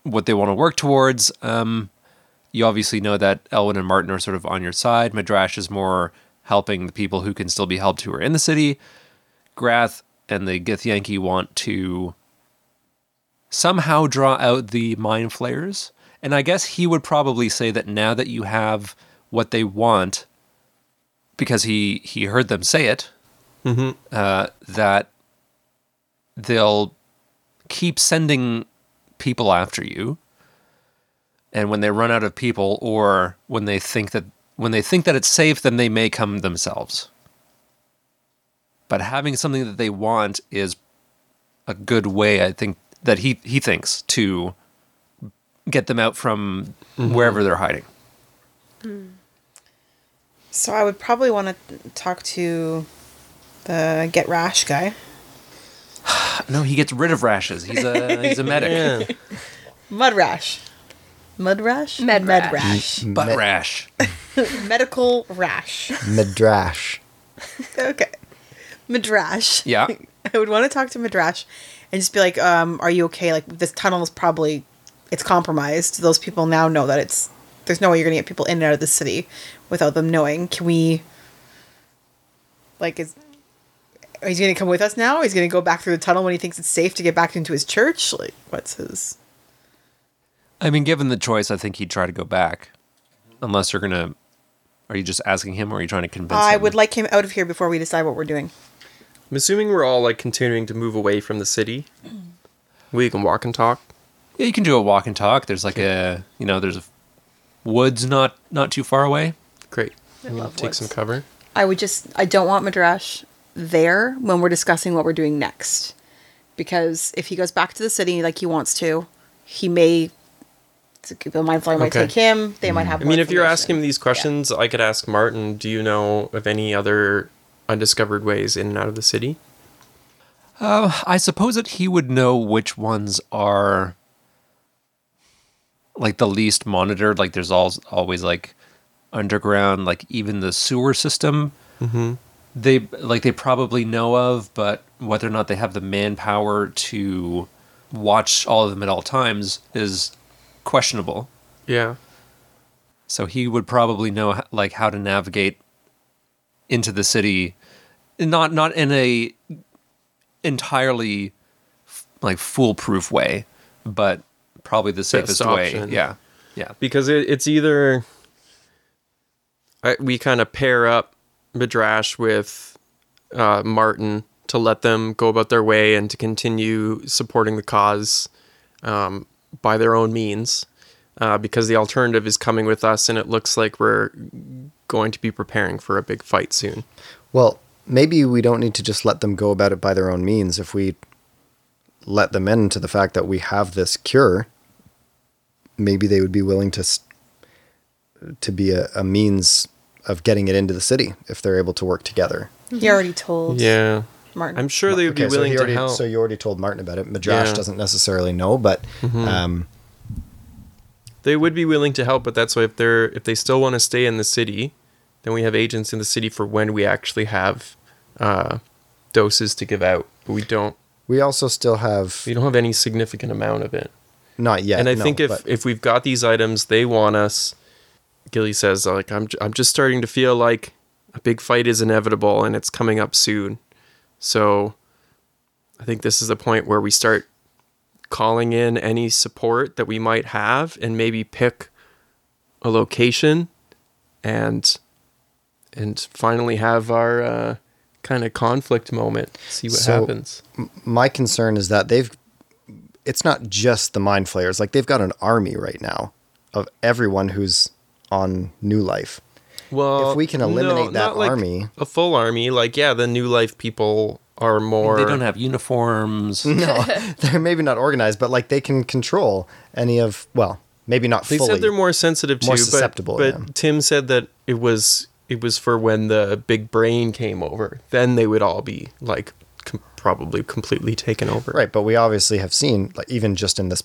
B: what they want to work towards. Um, you obviously know that Elwin and Martin are sort of on your side. Madrash is more helping the people who can still be helped who are in the city. Grath and the Gith Yankee want to somehow draw out the mind flayers. And I guess he would probably say that now that you have what they want, because he he heard them say it, uh, that they'll keep sending people after you. And when they run out of people, or when they think that when they think that it's safe, then they may come themselves. But having something that they want is a good way, I think, that he he thinks to get them out from wherever they're hiding.
C: So I would probably want to talk to the get rash guy.
B: No, he gets rid of rashes. He's a he's a medic.
C: Mud rash. Mud rash?
D: Med rash.
C: Med rash.
B: Butt
E: Me-
B: rash.
C: Medical rash.
E: Midrash.
C: Okay. Madrash.
B: Yeah.
C: I would want to talk to Madrash and just be like, um, are you okay? Like this tunnel is probably it's compromised. Those people now know that it's there's no way you're gonna get people in and out of the city without them knowing. Can we like is oh, he's gonna come with us now? He's gonna go back through the tunnel when he thinks it's safe to get back into his church? Like what's his
B: I mean, given the choice, I think he'd try to go back. Unless you're gonna, are you just asking him, or are you trying to convince him?
C: I would like him out of here before we decide what we're doing.
F: I'm assuming we're all like continuing to move away from the city. We can walk and talk.
B: Yeah, you can do a walk and talk. There's like a, you know, there's a woods not not too far away.
F: Great.
C: I love
F: Take some cover.
C: I would just I don't want Madrash there when we're discussing what we're doing next. Because if he goes back to the city like he wants to, he may the mind flyer might
F: Okay. Mm.
C: take him. They might have.
F: I
C: more
F: mean, if you're asking
C: information.
F: these questions, I could ask Martin, do you know of any other undiscovered ways in and out of the city?
B: I suppose that he would know which ones are like the least monitored. Like there's all, always like underground, like even the sewer system. Mm-hmm. They like they probably know of, but whether or not they have the manpower to watch all of them at all times is questionable.
F: Yeah.
B: So he would probably know h- like how to navigate into the city, not not in a entirely f- like foolproof way, but probably the safest way.
F: option.
B: Yeah, yeah,
F: Because it, it's either I, we kind of pair up Madrash with uh, Martin to let them go about their way and to continue supporting the cause um, by their own means. Uh, because the alternative is coming with us, and it looks like we're going to be preparing for a big fight soon.
E: Well, maybe we don't need to just let them go about it by their own means. If we let them into the fact that we have this cure, maybe they would be willing to s- to be a, a means of getting it into the city if they're able to work together.
C: he already told
F: Yeah.
C: Martin.
F: I'm sure they would be
E: so,
F: willing
E: he
F: to
E: already,
F: help.
E: so you already told Martin about it. Madrash
F: Yeah. Mm-hmm.
E: doesn't necessarily know, but um,
F: they would be willing to help, but that's why if they're if they still want to stay in the city, then we have agents in the city for when we actually have uh, doses to give out. But we don't
E: we also still have
F: we don't have any significant amount of it.
E: not yet.
F: and I
E: no,
F: think if
E: but-
F: if we've got these items, they want us. Gilly says like I'm j- I'm just starting to feel like a big fight is inevitable and it's coming up soon. So I think this is the point where we start calling in any support that we might have and maybe pick a location and and finally have our uh, kind of conflict moment. See what
E: So-
F: happens.
E: my concern is that they've it's not just the mind flayers like they've got an army right now of everyone who's on new life
F: Well,
E: If we can eliminate that
F: not like
E: army-
F: a full army, like yeah, the new life people are more.
B: they don't have uniforms.
E: no they're maybe not organized but like they can control any of well maybe not
F: They
E: fully
F: said they're more sensitive to,
E: more
F: but-
E: susceptible,
F: But,
E: yeah.
F: Tim said that it was it was for when the big brain came over. Then they would all be like com- probably completely taken over.
E: right but we obviously have seen like even just in this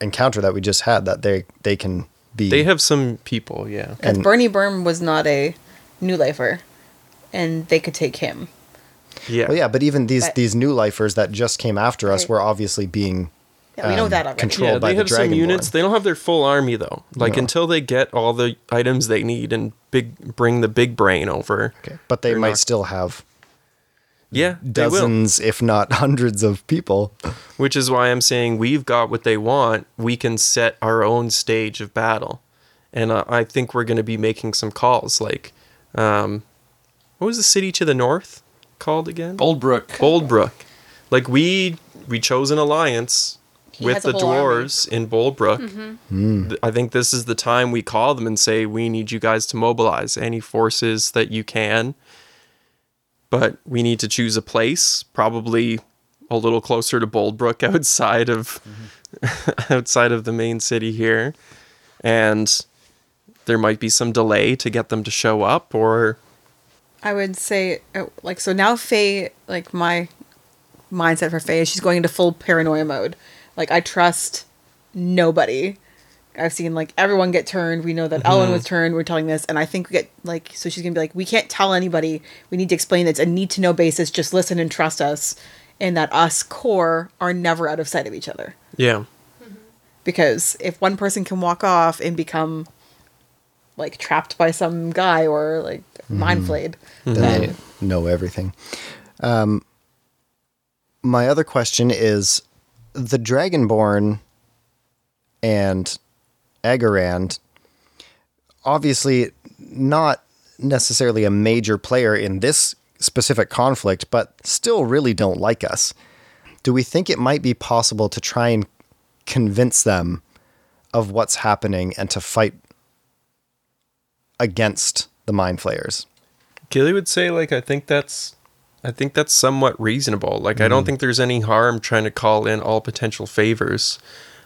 E: encounter that we just had that they they can be
F: They have some people, yeah.
C: Because
E: and-
C: Bernie Berm was not a new lifer. and they could take him.
F: Yeah.
E: Well, yeah, but even these
C: But-
E: these new lifers that just came after us
C: Right.
E: were obviously being
C: Yeah, we know
E: um,
C: that already.
E: controlled by
F: they
E: the
F: have some
E: dragon.
F: units. They don't have their full army though. Like
E: No.
F: until they get all the items they need and big bring the big brain over.
E: okay. But they
F: They're
E: might
F: not-
E: still have
F: Yeah, they will.
E: dozens, if not hundreds, of people.
F: Which is why I'm saying we've got what they want. We can set our own stage of battle, and uh, I think we're going to be making some calls. Like, um, what was the city to the north called again?
B: Oldbrook.
F: Boldbrook. Like we we chose an alliance
C: He
F: with
C: has a
F: the
C: whole army. Mm-hmm.
F: dwarves in Boldbrook. Th- I think this is the time we call them and say we need you guys to mobilize any forces that you can. But we need to choose a place, probably a little closer to Boldbrook outside of outside of the main city here. And there might be some delay to get them to show up or
C: I would say uh, like so now Faye like my mindset for Faye is she's going into full paranoia mode. Like I trust nobody. I've seen like everyone get turned. We know that Ellen was turned. We're telling this, and I think we get like so she's gonna be like, we can't tell anybody. We need to explain it's a need to know basis. Just listen and trust us, and that us core are never out of sight of each other.
F: yeah.
C: because if one person can walk off and become like trapped by some guy or like mind flayed,
E: Then they know everything. Um, my other question is the Dragonborn and Agarand, obviously not necessarily a major player in this specific conflict, but still really don't like us. Do we think it might be possible to try and convince them of what's happening and to fight against the mind flayers?
F: Gilly would say like I think that's I think that's somewhat reasonable. Like I don't think there's any harm trying to call in all potential favors.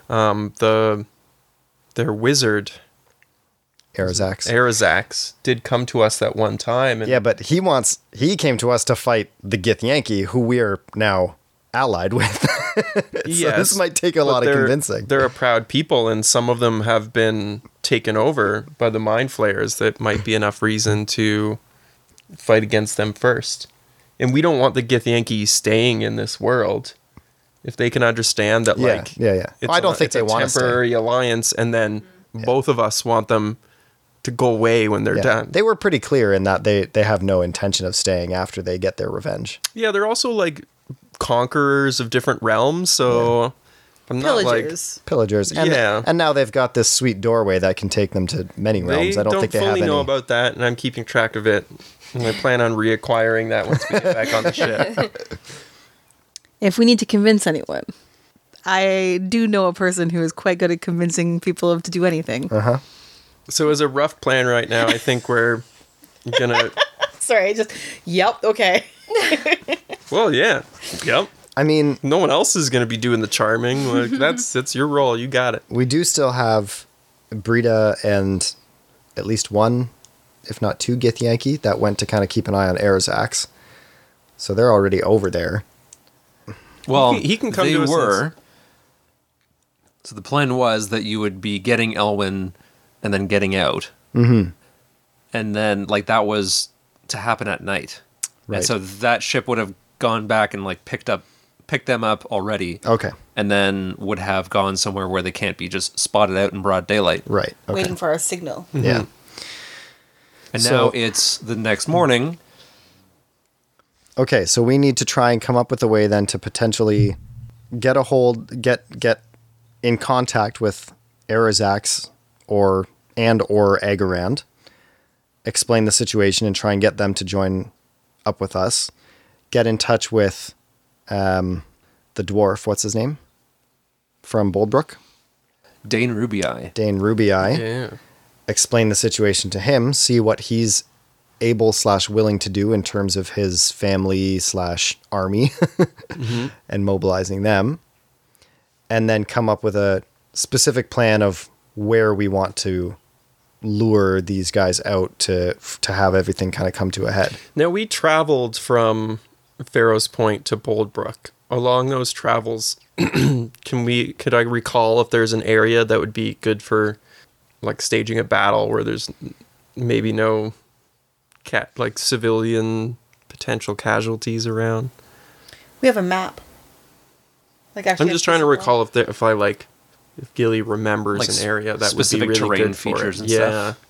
F: Um, the their wizard
E: Arazax.
F: Arazax did come to us that one time and
E: Yeah, but he wants he came to us to fight the Gith Yankee, who we are now allied with.
F: Yes,
E: this might take a
F: but
E: lot of
F: they're-
E: convincing.
F: They're a proud people and some of them have been taken over by the mind flayers that might be enough reason to fight against them first. And we don't want the Gith Yankees staying in this world. If they can understand that
E: Yeah,
F: like
E: yeah, yeah.
F: it's
E: I don't
F: a-
E: think
F: it's
E: they
F: a
E: want us to.
F: temporary alliance, and then both of us want them to go away when they're
E: Yeah.
F: done.
E: They were pretty clear in that they they have no intention of staying after they get their revenge.
F: yeah, they're also like conquerors of different realms, so I'm not
C: pillagers.
E: Pillagers, and
F: Yeah.
E: and now they've got this sweet doorway that can take them to many
F: like they
E: realms. I don't, think they
F: fully
E: have any.
F: know about that, and I'm keeping track of it. And I plan on reacquiring that once we get back on the ship.
C: if we need to convince anyone, I do know a person who is quite good at convincing people of to do anything.
F: So as a rough plan right now, I think we're gonna.
C: Sorry, just yep, okay.
F: Well, yeah, yep.
E: I mean,
F: No one else is gonna be doing the charming. Like, that's that's your role. You got it.
E: we do still have Brita and at least one, if not two, Gith Yankee that went to kind of keep an eye on Arazax. So they're already over there.
B: Well,
F: He can- he can come
B: they
F: to us
B: were. So the plan was that you would be getting Elwyn and then getting out. Mm-hmm. And then, like, that was to happen at night.
E: Right.
B: And so that ship would have gone back and, like, picked up, picked them up already.
E: Okay,
B: And then would have gone somewhere where they can't be just spotted out in broad daylight.
E: right. Okay.
C: Waiting for our signal.
E: Yeah.
B: And
E: So-
B: now it's the next morning.
E: Okay, so we need to try and come up with a way then to potentially get a hold, get get in contact with Arazax or and or Agarand, explain the situation and try and get them to join up with us. Get in touch with um, the dwarf. What's his name? From Boldbrook,
B: Dane Rubii.
E: Dane Rubii
F: Yeah.
E: explain the situation to him, see what he's able slash willing to do in terms of his family slash army
F: Mm-hmm.
E: and mobilizing them, and then come up with a specific plan of where we want to lure these guys out to to have everything kind of come to a head.
F: Now we traveled from Pharaoh's Point to Boldbrook. Along those travels, can we could I recall if there's an area that would be good for like staging a battle where there's maybe no cat like civilian potential casualties around.
C: We have a map. Like actually,
F: I'm just trying to recall if there, if I like if Gilly remembers
B: Like
F: an area that would be
B: specific
F: really
B: terrain
F: good for it.
B: features and
F: yeah.
B: stuff.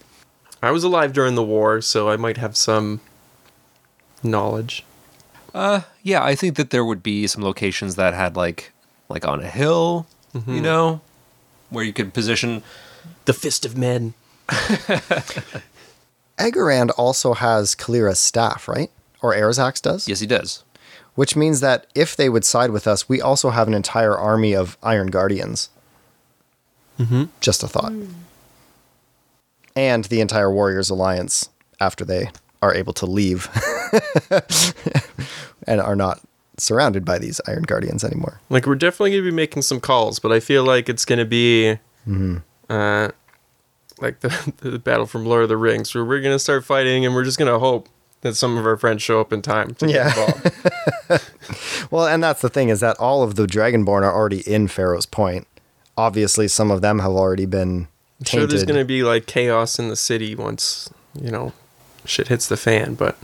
F: I was alive during the war, so I might have some knowledge.
B: Yeah, I think that there would be some locations that had like like on a hill, you know, where you could position
F: The fist of men.
E: Agarand also has Kalira's staff, right? Or Arazax does?
B: Yes, he does.
E: Which means that if they would side with us, we also have an entire army of Iron Guardians. Mm-hmm. Just a thought. And the entire Warriors Alliance after they are able to leave and are not surrounded by these Iron Guardians anymore.
F: Like we're definitely gonna be making some calls, but I feel like it's gonna be
E: Mm-hmm.
F: uh like the, the battle from Lord of the Rings, where we're gonna start fighting and we're just gonna hope that some of our friends show up in time. To
E: Yeah.
F: get involved.
E: Well, and that's the thing is that all of the Dragonborn are already in Pharaoh's Point. Obviously, some of them have already been
F: I'm sure
E: tainted.
F: there's gonna be like chaos in the city once you know shit hits the fan but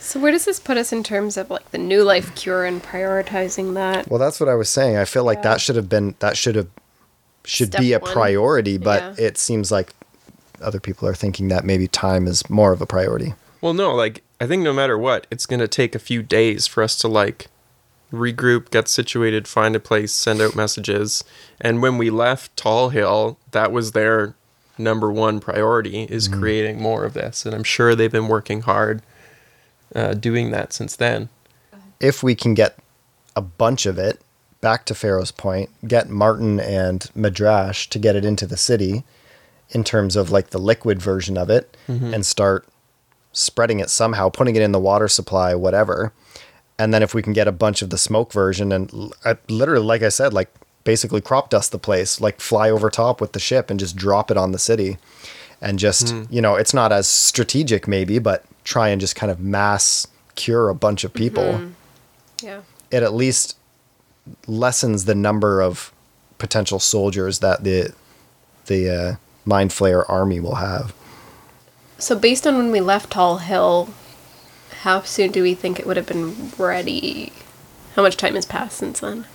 D: So where does this put us in terms of like the new life cure and prioritizing that?
E: Well, that's what I was saying. I feel like
D: Yeah.
E: that should have been that should have should
D: Step
E: be a
D: one.
E: priority, but
D: Yeah.
E: it seems like other people are thinking that maybe time is more of a priority.
F: well no like i think no matter what it's gonna take a few days for us to like regroup get situated find a place send out messages and when we left tall hill that was their number one priority is creating more of this and i'm sure they've been working hard uh, doing that since then
E: If we can get a bunch of it back to Pharaoh's Point, get Martin and Madrash to get it into the city in terms of like the liquid version of it and start spreading it somehow, putting it in the water supply, whatever. And then if we can get a bunch of the smoke version and l- I- literally, like I said, like basically crop dust the place, like fly over top with the ship and just drop it on the city. And just, you know, it's not as strategic maybe, but try and just kind of mass cure a bunch of people.
D: Yeah.
E: It at least lessens the number of potential soldiers that the the uh, mind flayer army will have.
D: So based on when we left Tall Hill, how soon do we think it would have been ready? How much time has passed since then?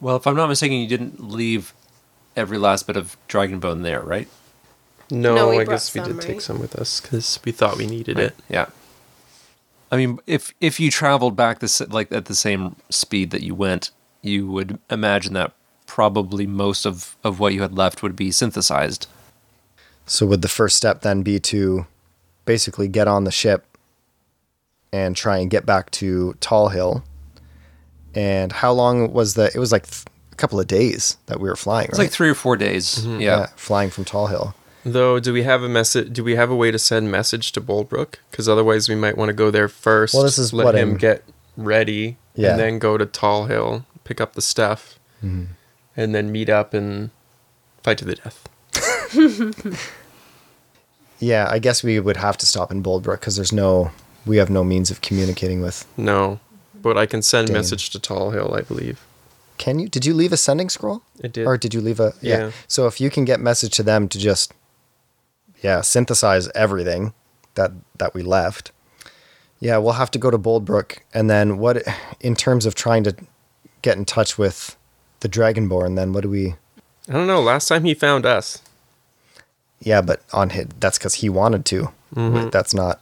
B: Well, if I'm not mistaken, you didn't leave every last bit of dragon bone there, right?
F: no,
D: No, we
F: i
D: brought
F: guess we
D: some,
F: did take
D: right?
F: some with us because we thought we needed it
B: Yeah. I mean, if if you traveled back this like at the same speed that you went, you would imagine that probably most of of what you had left would be synthesized.
E: So would the first step then be to basically get on the ship and try and get back to Tall Hill? And how long was the? It was like th- a couple of days that we were flying,
B: It's
E: right?
B: like three or four days. Mm-hmm. Yeah.
E: flying from Tall Hill.
F: Though, do we have a message? Do we have a way to send message to Boldbrook? Because otherwise, we might want to go there first.
E: Well, this is
F: let
E: what
F: him
E: I'm-
F: get ready,
E: Yeah. Mm-hmm.
F: and then go to Tall Hill, pick up the stuff, and then meet up and fight to the death.
E: Yeah, I guess we would have to stop in Boldbrook because there's no, we have no means of communicating with.
F: No, but I can send
E: Dang.
F: message to Tall Hill, I believe.
E: Can you? Did you leave a sending scroll?
F: I did.
E: Or did you leave a? Yeah.
F: Yeah.
E: So if you can get message to them to just, yeah, synthesize everything that that we left. Yeah, we'll have to go to Boldbrook, and then what? In terms of trying to get in touch with the Dragonborn, then what do we?
F: I don't know. Last time he found us,
E: Yeah, but on his, that's because he wanted to. That's not.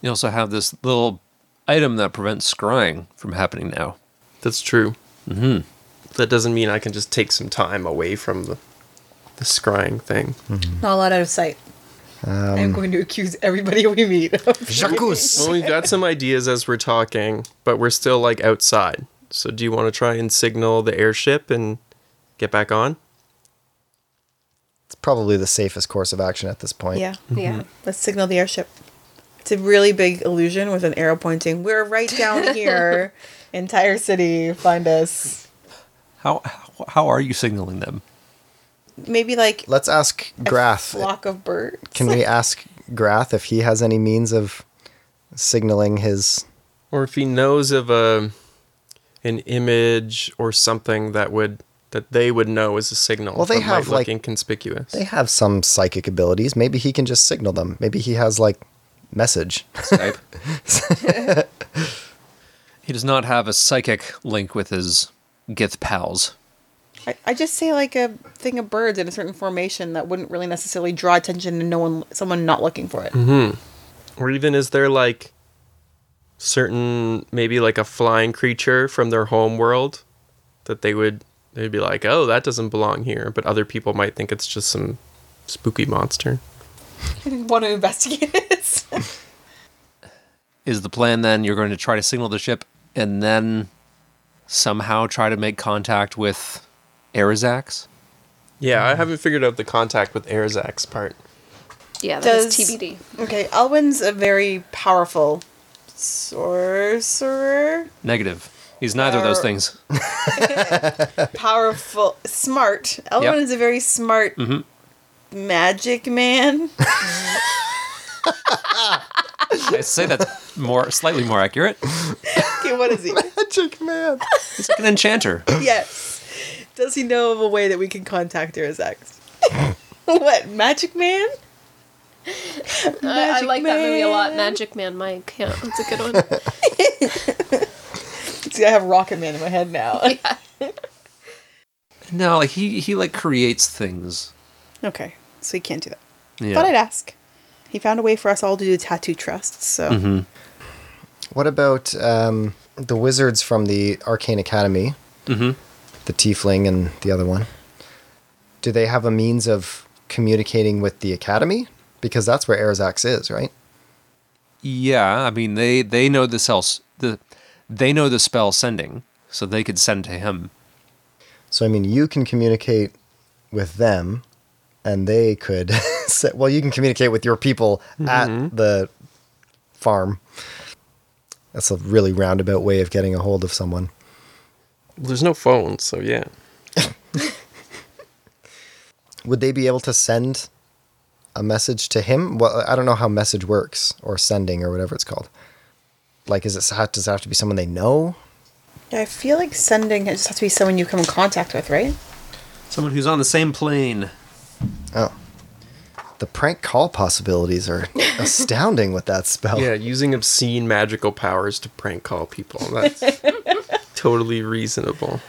B: You also have this little item that prevents scrying from happening now.
F: that's true. Mm-hmm. That doesn't mean I can just take some time away from the the scrying thing.
C: not a lot out of sight. I'm going to accuse everybody we meet. of-
E: Jacques.
F: Well, we've got some ideas as we're talking, but we're still like outside. So, do you want to try and signal the airship and get back on?
E: It's probably the safest course of action at this point.
C: yeah,
F: Mm-hmm.
D: Yeah.
C: let's signal the airship. It's a really big illusion with an arrow pointing. We're right down here. Entire city, find us.
B: How how, how are you signaling them?
C: Maybe like
E: Let's ask
C: a
E: Grath.
C: flock of birds.
E: Can we ask Grath if he has any means of signaling his?
F: Or if he knows of a an image or something that would that they would know as a signal.
E: Well, they
F: that might
E: have,
F: look
E: like-
F: inconspicuous.
E: They have some psychic abilities. Maybe he can just signal them. Maybe he has like message.
B: Skype. he does not have a psychic link with his Gith pals.
C: I, I just say like a thing of birds in a certain formation that wouldn't really necessarily draw attention to no one, someone not looking for it.
F: Or even is there like certain maybe like a flying creature from their home world that they would they'd be like, "Oh, that doesn't belong here," but other people might think it's just some spooky monster.
C: Want to investigate it?
B: Is the plan then you're going to try to signal the ship and then somehow try to make contact with Arizax?
F: Yeah, I haven't figured out the contact with Airzax part.
D: Yeah, that's
C: Does-
D: TBD.
C: okay, Elwin's a very powerful sorcerer,
B: Negative. He's neither of those
C: Ar-
B: things.
C: powerful, smart. Elwin
B: Yep.
C: is a very smart magic man.
B: I say that's more slightly more accurate.
C: okay, what is he?
E: Magic man.
B: He's like an enchanter.
C: yes. Does he know of a way that we can contact Arizax? what magic man?
D: I, I
C: Magic
D: like that movie a lot.
C: Man.
D: Magic Man Mike. Yeah, that's a good one.
C: See, I have Rocket Man in my head now.
B: No, like he he like creates things.
C: Okay, so he can't do that.
B: Yeah.
C: Thought I'd ask. He found a way for us all to do the tattoo trusts. So
B: Mm-hmm.
E: What about um, the wizards from the Arcane Academy? Mm-hmm. The Tiefling and the other one. Do they have a means of communicating with the Academy? Because that's where Arizax is, right?
B: Yeah, I mean they they know the cells the they know the spell sending, so they could send to him.
E: So I mean, you can communicate with them, and they could. set, well, you can communicate with your people at the farm. That's a really roundabout way of getting a hold of someone.
F: There's no phone, so yeah.
E: Would they be able to send a message to him? Well, I don't know how message works or sending or whatever it's called. Like, is it does it have to be someone they know?
C: yeah, I feel like sending it just has to be someone you come in contact with, right?
B: Someone who's on the same plane.
E: Oh, the prank call possibilities are astounding with that spell.
F: Yeah, using obscene magical powers to prank call people. That's totally reasonable.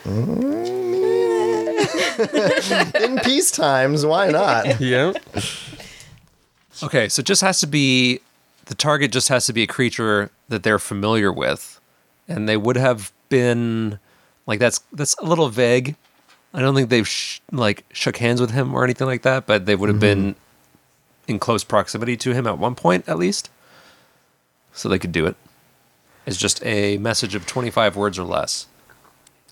E: In peace times, why not?
F: Yeah.
B: Okay, so it just has to be the target just has to be a creature that they're familiar with. And they would have been like that's that's a little vague. I don't think they've sh- like shook hands with him or anything like that, but they would have been in close proximity to him at one point at least. So they could do it. It's just a message of 25 words or less.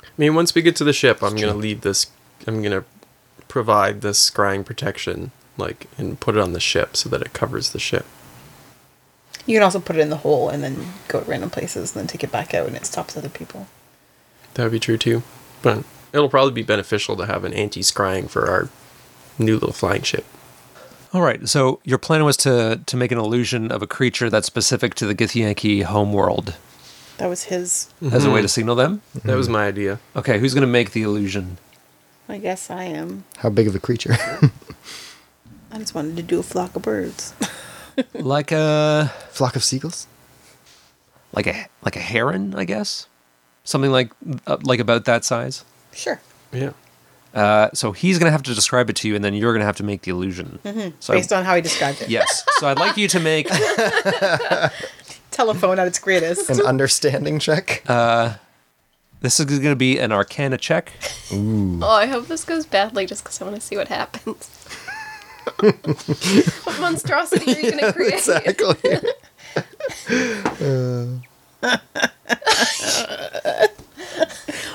F: I mean, once we get to the ship, I'm gonna leave this. I'm gonna provide this scrying protection, like, and put it on the ship so that it covers the ship.
C: You can also put it in the hole and then go to random places and then take it back out and it stops other people.
F: That would be true too. But it'll probably be beneficial to have an anti-scrying for our new little flying ship.
B: All right. So your plan was to to make an illusion of a creature that's specific to the Githyanki homeworld
C: That was his.
B: as a
C: Mm-hmm.
B: way to signal them.
F: That was my idea.
B: Okay, who's going to make the illusion?
C: I guess I am.
E: How big of a creature?
C: I just wanted to do a flock of birds.
B: Like a
E: Flock of seagulls?
B: like a like a heron, I guess. Something like uh, like about that size.
C: sure.
F: Yeah.
B: Uh, so he's going to have to describe it to you, and then you're going to have to make the illusion. So
C: Mm-hmm. Based on how he described it.
B: yes. So I'd like you to make
C: Telephone at its greatest.
E: An understanding check?
B: this is going to be an Arcana check.
D: Oh, I hope this goes badly just because I want to see what happens. what monstrosity are you going to create?
E: exactly.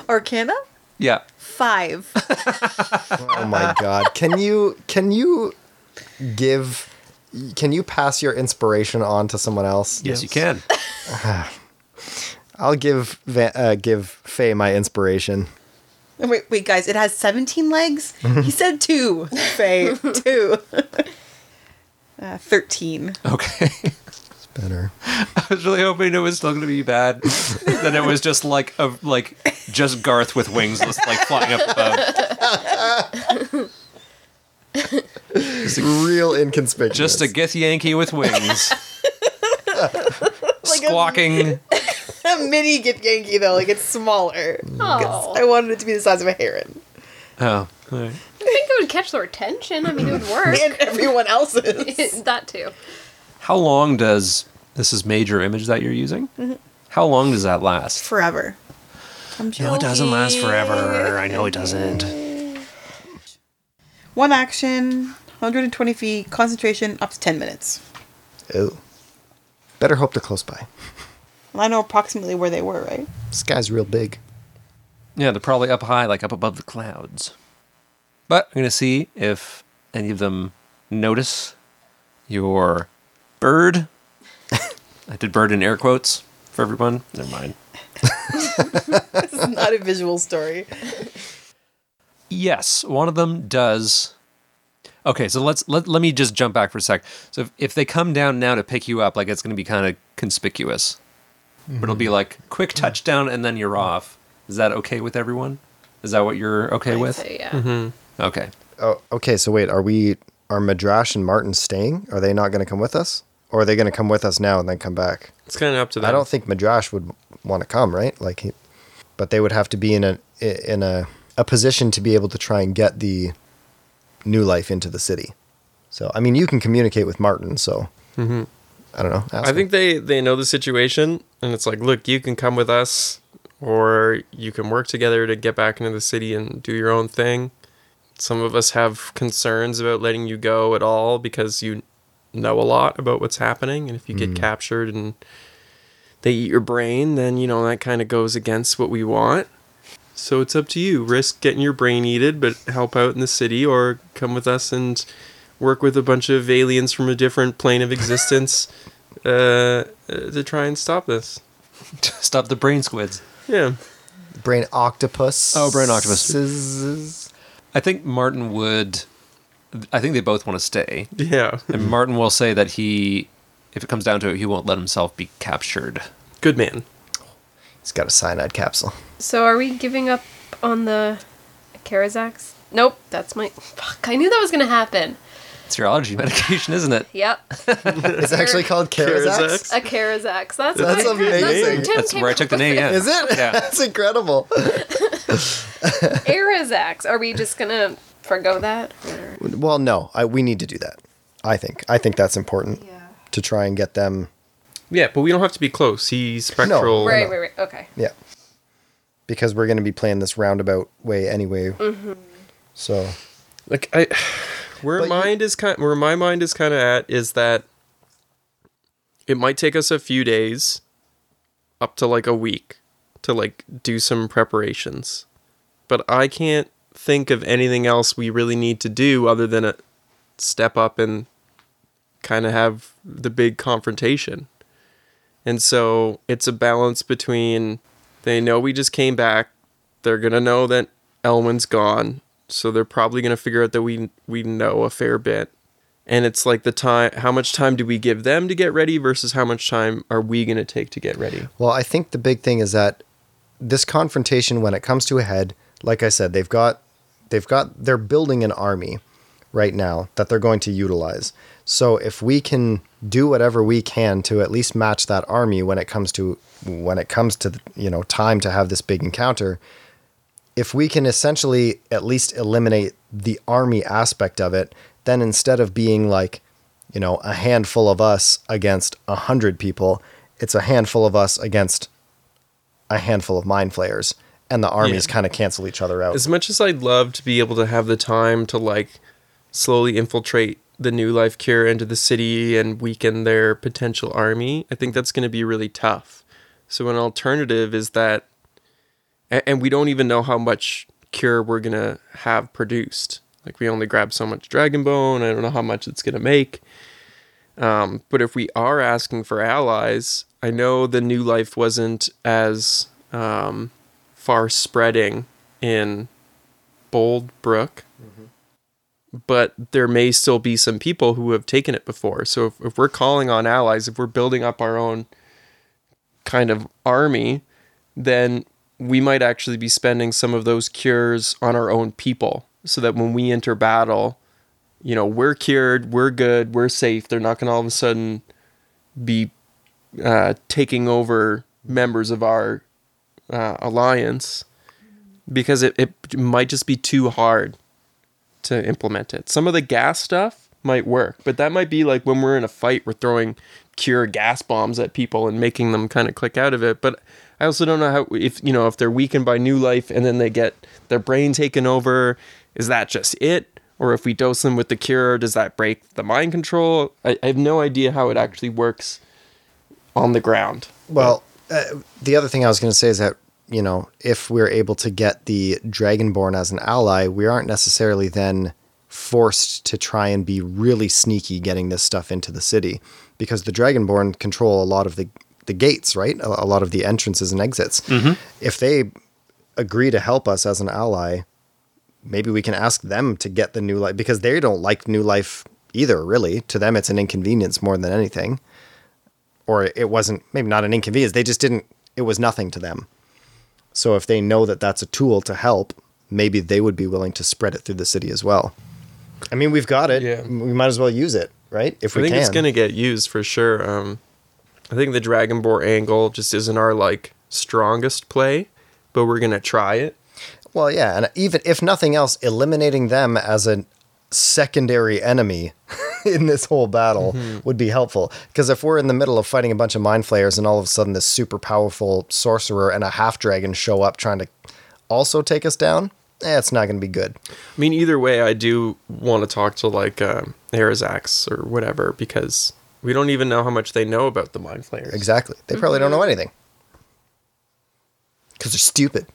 C: Arcana?
B: Yeah.
C: Five.
E: oh my god. Can you can you give can you pass your inspiration on to someone else?
B: Yes, you can.
E: I'll give Va- uh, give Faye my inspiration.
C: Oh, wait, wait, guys, it has 17 legs?
B: Mm-hmm.
C: he said two. Faye, two. uh, 13.
B: Okay.
E: It's better.
B: I was really hoping it was still going to be bad. then it was just like a like just Garth with wings, just like flying up above.
E: Real inconspicuous.
B: Just a Githyanki with wings. squawking.
C: a mini Git Genki though, like it's smaller.
B: Mm.
D: Oh,
C: I wanted it to be the size of a heron.
B: Oh, all right.
D: I think it would catch their attention. I mean, it would work.
C: And everyone else's.
D: that too.
B: How long does this is major image that you're using? How long does that last?
C: Forever. I'm
B: No, it
C: joking.
B: doesn't last forever. I know it doesn't.
C: One action, 120 feet, concentration up to 10 minutes.
E: Ew. Better hope they're close by.
C: And I know approximately where they were, right?
E: Sky's real big.
B: Yeah, they're probably up high, like up above the clouds. But I'm gonna see if any of them notice your bird. I did bird in air quotes for everyone. Never mind.
C: This is not a visual story.
B: Yes, one of them does. Okay, so let's let, let me just jump back for a sec. So if, if they come down now to pick you up, like it's going to be kind of conspicuous. But it'll be like quick touchdown and then you're off. Is that okay with everyone? Is that what you're okay
D: I'd
B: with?
D: say, yeah.
B: Okay.
E: Oh, okay. So wait, are we are Madrash and Martin staying? Are they not going to come with us, or are they going to come with us now and then come back?
F: It's kind of up to them.
E: I don't think Madrash would want to come, right? Like, he, but they would have to be in a in a a position to be able to try and get the new life into the city. So, I mean, you can communicate with Martin. So,
B: Mm-hmm.
E: I don't know. ask
F: I
E: him.
F: think they they know the situation, and it's like, look, you can come with us, or you can work together to get back into the city and do your own thing. Some of us have concerns about letting you go at all because you know a lot about what's happening, and if you get captured and they eat your brain, then you know that kind of goes against what we want. So it's up to you. Risk getting your brain eaten, but help out in the city, or come with us and work with a bunch of aliens from a different plane of existence uh, uh, to try and stop this.
B: Stop the brain squids.
F: Yeah.
E: brain octopus.
B: Oh, brain octopus.
E: Is-
B: I think Martin would. I think they both want to stay.
F: Yeah.
B: And Martin will say that he, if it comes down to it, he won't let himself be captured.
F: Good man.
E: He's got a cyanide capsule.
D: So are we giving up on the Karazax? Nope, that's my. Fuck, I knew that was gonna happen.
B: It's your allergy medication, isn't it?
D: Yep, a
E: It's actually called Karazax.
F: Karazax?
D: Karazax. That's,
E: That's
D: what I-
E: amazing.
D: Tim
B: That's
D: came
B: where I
D: up
B: took the name. Yeah.
E: Is it?
B: Yeah.
E: That's incredible.
D: with Karazax. Are we just gonna forgo that? Or-
E: Well, no, I, we need to do that. I think. I think that's important
D: Yeah.
E: to try and get them.
F: Yeah, but we don't have to be close. He's spectral.
D: Right, right, right. Okay.
E: Yeah. Because we're going to be playing this roundabout way anyway. So
F: Like I, where
E: But you-
F: mind is kind, where my mind is kind of at is that it might take us a few days, up to like a week, to like do some preparations, but I can't think of anything else we really need to do other than a step up and kind of have the big confrontation. And so it's a balance between they know we just came back, they're gonna know that Elwin's gone, so they're probably gonna figure out that we we know a fair bit. And it's like the time how much time do we give them to get ready versus how much time are we gonna take to get ready?
E: Well, I think the big thing is that this confrontation, when it comes to a head, like I said, they've got they've got they're building an army right now that they're going to utilize. So if we can do whatever we can to at least match that army when it comes to when it comes to you know time to have this big encounter, if we can essentially at least eliminate the army aspect of it, then instead of being like, you know, a handful of us against a hundred people, it's a handful of us against a handful of mind flayers, and the armies kind of cancel each other out.
F: As much as I'd love to be able to have the time to like slowly infiltrate the new life cure into the city and weaken their potential army, I think that's going to be really tough. So an alternative is that a- and we don't even know how much cure we're going to have produced. Like we only grab so much dragon bone, I don't know how much it's going to make. Um, but if we are asking for allies, I know the new life wasn't as um, far spreading in Bold Brook, but there may still be some people who have taken it before. So if, if we're calling on allies, if we're building up our own kind of army, then we might actually be spending some of those cures on our own people so that when we enter battle, you know, we're cured, we're good, we're safe. They're not going to all of a sudden be uh, taking over members of our uh, alliance because it, it might just be too hard to implement it. Some of the gas stuff might work, but that might be like when we're in a fight, we're throwing cure gas bombs at people and making them kind of click out of it. But I also don't know how if you know if they're weakened by new life and then they get their brain taken over, is that just it? Or if we dose them with the cure, does that break the mind control? I, I have no idea how it actually works on the ground.
E: Well, uh, the other thing I was going to say is that, you know, if we're able to get the Dragonborn as an ally, we aren't necessarily then forced to try and be really sneaky getting this stuff into the city because the Dragonborn control a lot of the, the gates, right? A, a lot of the entrances and exits. If they agree to help us as an ally, maybe we can ask them to get the new life because they don't like new life either, really. To them, it's an inconvenience more than anything or it wasn't maybe not an inconvenience. They just didn't. It was nothing to them. So if they know that that's a tool to help, maybe they would be willing to spread it through the city as well. I mean, we've got it.
F: Yeah.
E: We might as well use it, right? If
F: I
E: we
F: think
E: can.
F: it's gonna get used for sure. Um, I think the Dragon Bore angle just isn't our like strongest play, but we're gonna try it.
E: Well, yeah, and even if nothing else, eliminating them as a secondary enemy in this whole battle
F: Mm-hmm.
E: would be helpful. Because if we're in the middle of fighting a bunch of mind flayers and all of a sudden this super powerful sorcerer and a half dragon show up trying to also take us down, eh, it's not going to be good.
F: I mean, either way, I do want to talk to like um, Arizax or whatever because we don't even know how much they know about the Mind Flayers.
E: Exactly. They probably don't know
F: Mm-hmm.
E: anything because they're stupid.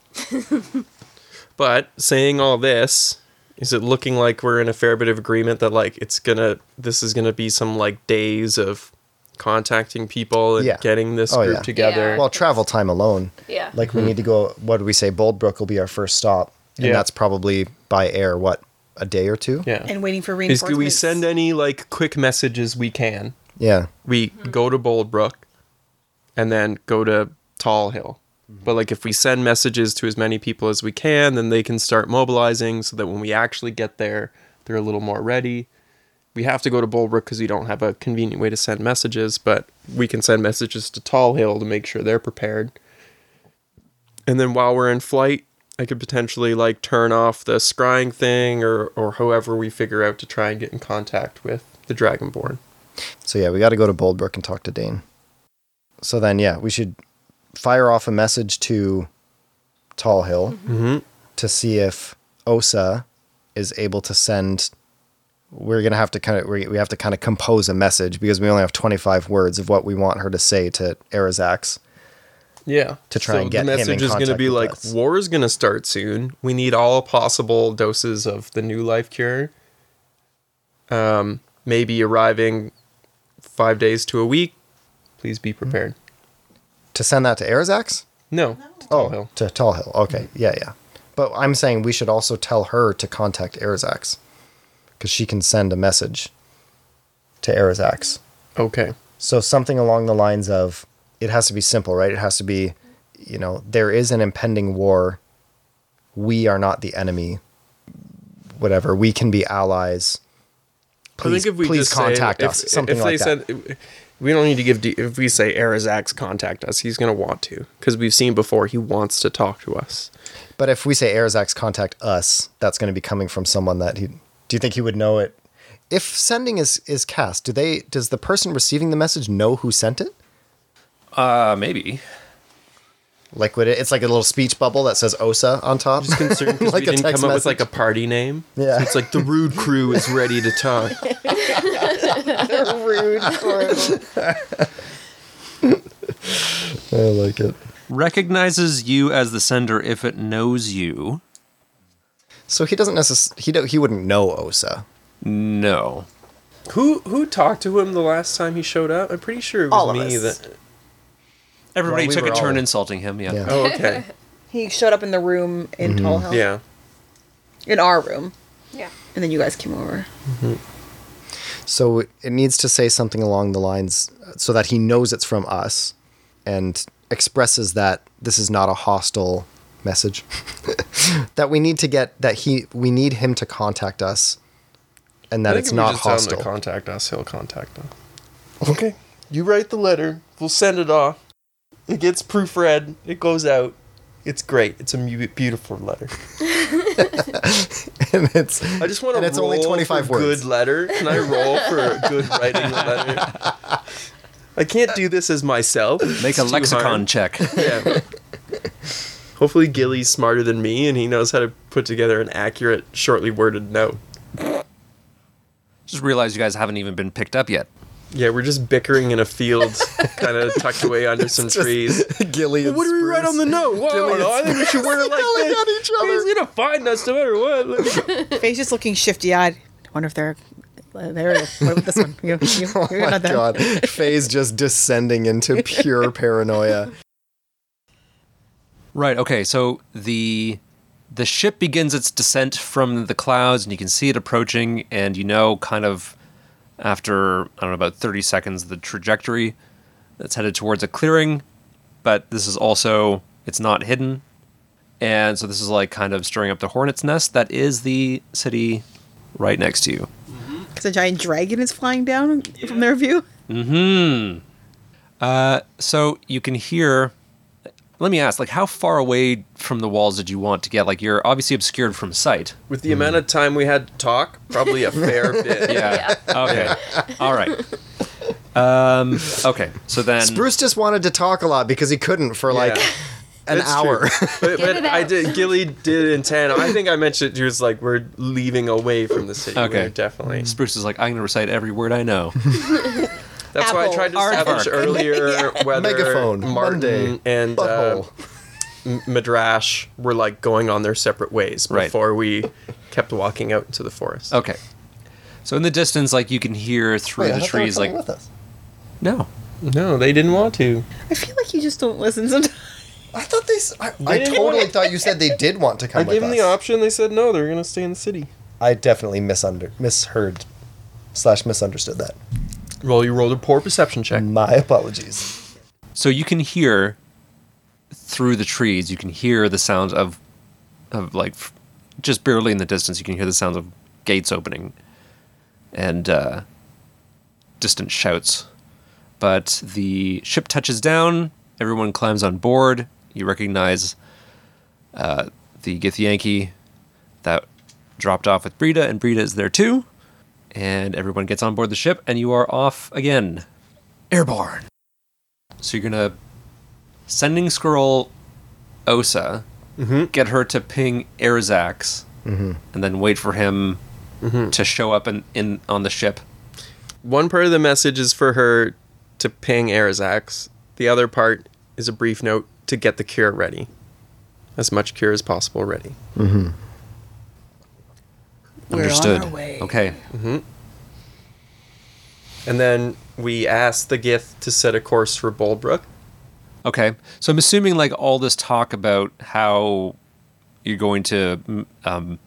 F: But saying all this, is it looking like we're in a fair bit of agreement that like it's gonna this is gonna be some like days of contacting people and
E: Yeah.
F: getting this
E: Oh,
F: group
E: yeah.
F: together?
D: Yeah.
E: Well, travel time alone.
D: Yeah.
E: Like we need to go. What do we say? Boldbrook will be our first stop, and
F: Hmm. Yeah.
E: that's probably by air. What a day or two.
F: yeah.
C: and waiting for
F: Is,
C: reinforcements.
F: do we send any like quick messages we can?
E: Yeah.
F: We go to Boldbrook and then go to Tall Hill. But like if we send messages to as many people as we can, then they can start mobilizing so that when we actually get there, they're a little more ready. We have to go to Boldbrook because we don't have a convenient way to send messages, but we can send messages to Tall Hill to make sure they're prepared. And then while we're in flight, I could potentially like turn off the scrying thing or or whoever we figure out to try and get in contact with the Dragonborn.
E: So yeah, we got to go to Boldbrook and talk to Dane. So then, yeah, we should fire off a message to Tall Hill
F: Mm-hmm.
E: to see if Osa is able to send. We're gonna have to kind of we we have to kind of compose a message because we only have twenty five words of what we want her to say to Arizax.
F: Yeah.
E: to try and get him
F: the
E: in
F: message is gonna
E: contact
F: be
E: with
F: like
E: us.
F: war is going to start soon. We need all possible doses of the new life cure. Um maybe arriving 5 days to a week. Please be prepared.
E: To send that to Arizax.
F: Hmm. No. to Tall Hill.
E: to Tall Hill. Okay, yeah, yeah. But I'm saying we should also tell her to contact Arizax because she can send a message to Arizax.
F: Okay.
E: So something along the lines of it has to be simple, right? It has to be, you know, there is an impending war. We are not the enemy. Whatever. We can be allies. Please, please
F: say-
E: contact
F: if-
E: us. Something
F: if
E: like
F: they
E: that.
F: Said, we don't need to give. De- if we say Arizax contact us, he's gonna want to because we've seen before he wants to talk to us.
E: But if we say Arizax contact us, that's going to be coming from someone that he. Do you think he would know it? If sending is is cast, do they? Does the person receiving the message know who sent it?
B: Uh, maybe.
E: Like would it? It's like a little speech bubble that says OSA on top.
F: Just concerned because
E: Like
F: we
E: a
F: didn't come
E: text
F: up with like a
E: message.
F: party name.
E: Yeah.
F: so it's like the rude crew is ready to talk.
E: rude. I like it.
B: Recognizes you as the sender if it knows you.
E: So he doesn't necess- he do- he wouldn't know OSA.
B: No.
F: who who talked to him the last time he showed up? I'm pretty sure it was
C: All of
F: me.
C: us.
F: That
B: Everybody
E: Well, we
B: took a
E: were
B: turn
E: all-
B: insulting him. Yeah.
E: Yeah.
F: oh okay
C: He showed up in the room in Tall Hill.
F: yeah.
C: In our room.
D: Yeah.
C: And then you guys came over.
E: So it needs to say something along the lines so that he knows it's from us and expresses that this is not a hostile message that we need to get that he we need him to contact us and
F: I
E: that
F: think
E: it's
F: if we
E: not
F: just tell him to
E: hostile.
F: contact us. He'll contact us.
E: okay.
F: You write the letter. We'll send it off. It gets proofread. It goes out. It's great. It's a mu- beautiful letter.
E: and it's
F: I just want to.
E: And it's only 25
F: for
E: words.
F: Good letter. Can I roll for a good writing a letter? I can't do this as myself.
B: Make a
F: It's too
B: lexicon
F: hard.
B: check.
F: Yeah. Hopefully, Gilly's smarter than me, and he knows how to put together an accurate, shortly worded note.
B: Just realize you guys haven't even been picked up yet.
F: Yeah, we're just bickering in a field, kind of tucked away under some trees.
E: Gilly and
F: What do we write on the note? Well, I don't know. I think we should wear it like
E: Yelling
F: this.
E: at each other.
F: He's gonna find us no matter what. Look.
C: Faye's just looking shifty eyed. I wonder if they're. uh, There it is. What about this one? You, you,
E: Oh
C: you're
E: my
C: not there.
E: god. Faye's just descending into pure paranoia.
B: Right. Okay. So the the ship begins its descent from the clouds, and you can see it approaching, and you know, kind of after I don't know about thirty seconds, the trajectory that's headed towards a clearing. But this is also it's not hidden, and so this is like kind of stirring up the hornet's nest that is the city right next to you.
C: Because a giant dragon is flying down from their view.
B: So you can hear. Let me ask, like, how far away from the walls did you want to get? Like, you're obviously obscured from sight.
F: With the amount of time we had to talk, probably a fair bit.
B: Yeah. Okay. All right. Um, okay. So then.
E: Bruce just wanted to talk a lot because he couldn't for like
F: Yeah.
E: an
F: That's
E: hour.
F: true. But,
D: Get
F: but
D: it
F: I
D: out.
F: did. Gilly did intend. I think I mentioned she was like, we're leaving away from the city.
B: Okay.
F: We're definitely.
B: Spruce is like, I'm gonna recite every word I know.
F: That's why I
C: Apple.
F: tried to
B: Aardvark.
F: establish earlier whether
E: Megaphone,
F: Martin
E: Monday,
F: and uh,
E: Butthole.
F: M- Madrash were like going on their separate ways
B: Right. Oh.
F: before we kept walking out into the forest.
B: Okay. So in the distance, like you can hear through
E: Wait, I
B: the
E: thought they were
B: trees, like
E: coming with us.
B: no,
F: No, they didn't want to.
C: I feel like you just don't listen sometimes.
E: I thought they. s- I,
F: They
E: I
F: didn't
E: totally
F: want-
E: thought you said they did want to come
F: I
E: with
F: gave them
E: us.
F: the option. They said no. They're gonna stay in the city.
E: I definitely misunder- misheard slash misunderstood that.
F: Well, you rolled a poor perception check.
E: My apologies.
B: So you can hear through the trees. You can hear the sound of, of like, f- just barely in the distance. You can hear the sounds of gates opening, and uh, distant shouts. But the ship touches down. Everyone climbs on board. You recognize uh, the Githyanki that dropped off with Brita, and Brita is there too. And everyone gets on board the ship, and you are off again, airborne. So you're gonna sending scroll Osa, get her to ping Erzax, and then wait for him to show up in, in on the ship.
F: One part of the message is for her to ping Arizax. The other part is a brief note to get the cure ready. As much cure as possible ready.
C: We're
B: Understood.
C: on our way.
B: Okay.
F: And then we ask the Gith to set a course for Boldbrook.
B: Okay. So I'm assuming like all this talk about how you're going to mm, um,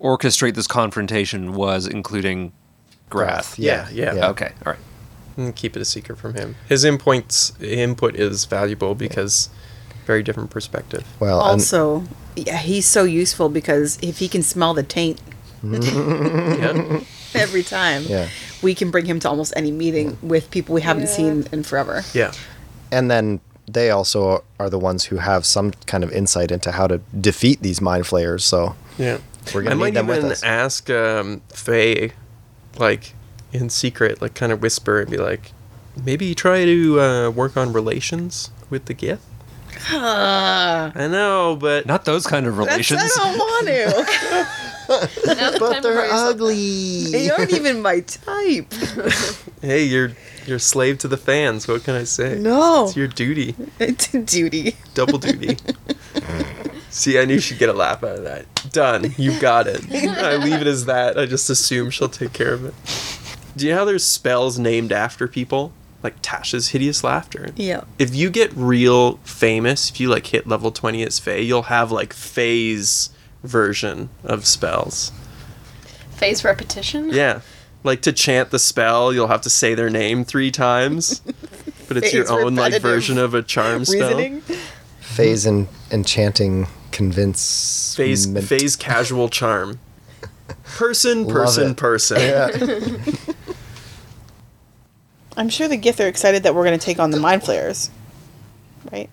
B: orchestrate this confrontation was including Grath.
E: Yeah,
F: Yeah, yeah.
E: yeah.
B: Okay. All right.
F: And keep it a secret from him. His inputs input is valuable because very different perspective.
E: Well, and
C: Also, yeah, he's so useful because if he can smell the taint
F: Yeah.
C: every time,
E: Yeah.
C: we can bring him to almost any meeting with people we haven't
D: Yeah.
C: seen in forever.
F: yeah.
E: and then they also are the ones who have some kind of insight into how to defeat these mind flayers. So
F: Yeah.
E: We're
F: I
E: gonna
F: might
E: need them with
F: even
E: us.
F: ask um, Faye, like, in secret, like, kind of whisper and be like, maybe try to uh, work on relations with the Gith. I know, but
B: Not those kind of
C: That's,
B: relations.
C: I don't want to.
D: Now's the time
E: but
D: for
E: they're
D: yourself.
E: ugly.
C: they aren't even my type.
F: hey, you're you're a slave to the fans. What can I say?
C: No.
F: it's your duty,
C: It's a duty.
F: double duty. See, I knew she'd get a laugh out of that. Done. You got it. I leave it as that. I just assume she'll take care of it. Do you know how there's spells named after people? Like Tasha's hideous laughter.
C: Yeah.
F: if you get real famous, if you like hit level 20 as Faye, you'll have like Faye's version of spells.
D: Phase repetition.
F: Yeah. Like to chant the spell, you'll have to say their name three times. But it's your
C: Faye's
F: own like
C: repetitive
F: version of a charm spell.
C: Reasoning.
E: Faye's en- enchanting convince.
F: Faye's, Faye's casual charm. Person,
E: Love
F: person,
E: it.
F: person.
E: Yeah.
C: I'm sure the Gith are excited that we're going to take on the mind flayers, right?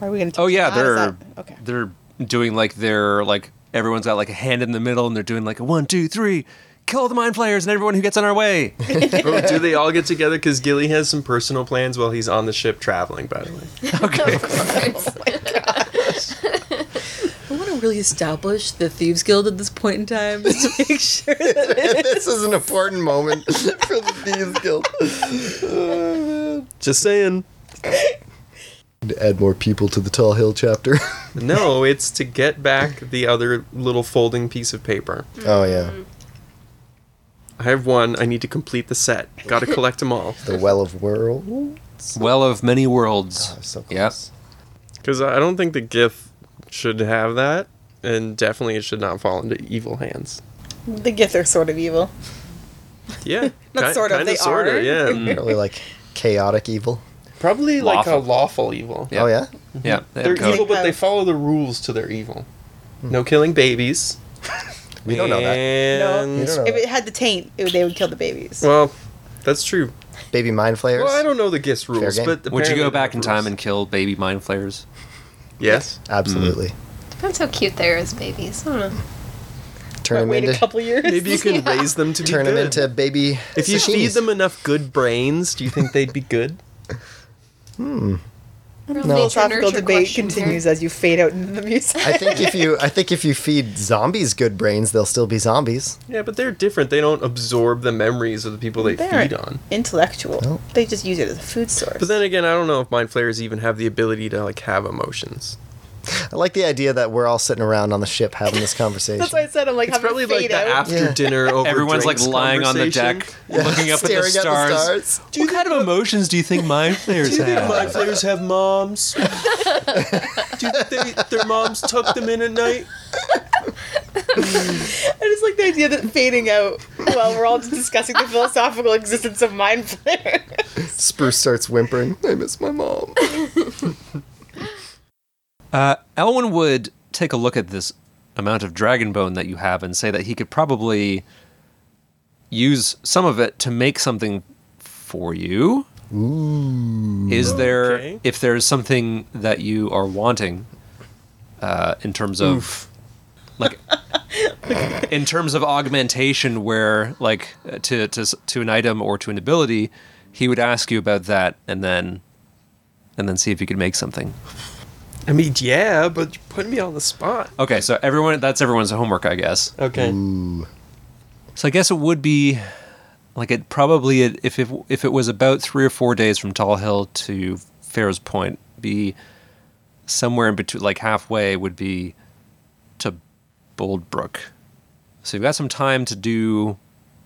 C: Or are we going to?
B: Oh yeah, they're
C: okay.
B: they're doing like their like everyone's got like a hand in the middle and they're doing like a one two three, kill the mind flayers and everyone who gets on our way.
F: oh, do they all get together? Because Gilly has some personal plans while he's on the ship traveling. By the way,
B: okay,
G: I want to really establish the Thieves Guild at this point in time to make sure that
E: this is an important moment for the Thieves Guild.
F: just saying.
E: To add more people to the Tall Hill chapter.
F: No, it's to get back the other little folding piece of paper.
E: oh yeah,
F: I have one. I need to complete the set. Got to collect them all.
E: the Well of Whirl.
B: well of many worlds.
E: Oh, so close.
B: Yep.
F: Because I don't think the GIF should have that, and definitely it should not fall into evil hands.
C: the Gith are sort of evil.
F: Yeah,
C: Not
F: ki-
C: sort of,
F: kinda
C: they
F: sorta,
C: are.
F: Yeah,
E: Really like chaotic evil.
F: probably like a
B: Lawful.
F: lawful evil.
B: Yeah.
E: Oh yeah.
B: Yeah, they have
F: They're
B: code.
F: evil, but they
C: Like, uh,
F: follow the rules to their evil. No killing babies.
E: Hmm. We don't know that.
F: And-
E: We don't know
C: If
E: that.
C: it had the taint, it, they would kill the babies.
F: Uh, Well, that's true.
E: Baby mind flayers.
F: Well, I don't know the GIS rules,
E: game.
B: Would
F: but
B: you
F: apparently
B: go
F: they
B: back
F: have
B: in time
F: rules.
B: and kill baby mind flayers?
F: yes?
E: Absolutely.
D: Depends how cute they are as babies. I don't know.
E: Turn them
C: Wait a
E: into
C: couple years.
F: Maybe you can raise them to be
E: turn them
F: good.
E: into baby.
F: If you feed
E: sashimis.
F: them enough good brains, do you think they'd be good?
C: philosophical debate continues as you fade out into the music.
E: I think if you I think if you feed zombies good brains, they'll still be zombies.
F: yeah, but they're different. They don't absorb the memories of the people they
C: They're
F: feed on.
C: intellectual.
E: Well.
C: They just use it as a food source.
F: But then again, I don't know if mind flayers even have the ability to like have emotions.
E: I like the idea that we're all sitting around on the ship having this conversation.
C: That's why I said I'm like
F: It's
C: having
F: probably
C: a fade
F: like the
C: out.
F: after
E: Yeah.
F: dinner over
B: Everyone's like
F: drinks
B: lying on the
F: conversation.
B: deck, looking up at the
E: Staring
B: stars. What kind of emotions do you think mind flayers
F: Do you think
B: have?
F: mind flayers have moms? do you think they, their moms tuck them in at night?
C: I just like the idea that fading out while we're all just discussing the philosophical existence of mind flare.
E: Spruce starts whimpering. I miss my mom.
B: Uh, Elwin would take a look at this amount of dragon bone that you have and say that he could probably use some of it to make something for you. Is there
F: Okay.
B: if there's something that you are wanting uh, in terms of like in terms of augmentation where like uh, to to s- to an item or to an ability, he would ask you about that and then and then see if you could make something.
F: I mean, yeah, but you're putting me on the spot.
B: Okay, so everyone that's everyone's homework, I guess.
F: Okay.
B: So I guess it would be like it probably if it, if it was about 3 or 4 days from Tall Hill to Pharaoh's Point, be somewhere in between like halfway would be to Bold Brook. So you've got some time to do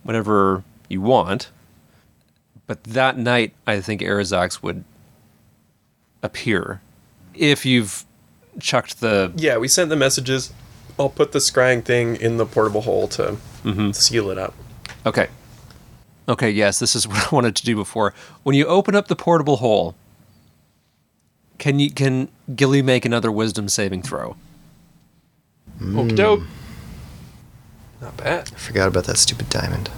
B: whatever you want. But that night, I think Arizax would appear if you've chucked the
F: Yeah, we sent the messages. I'll put the scrying thing in the portable hole to seal it up.
B: Okay. Okay, yes, this is what I wanted to do before. When you open up the portable hole, can you can Gilly make another wisdom saving throw?
F: Okie doke. Mm. Not bad.
E: Forgot about that stupid diamond.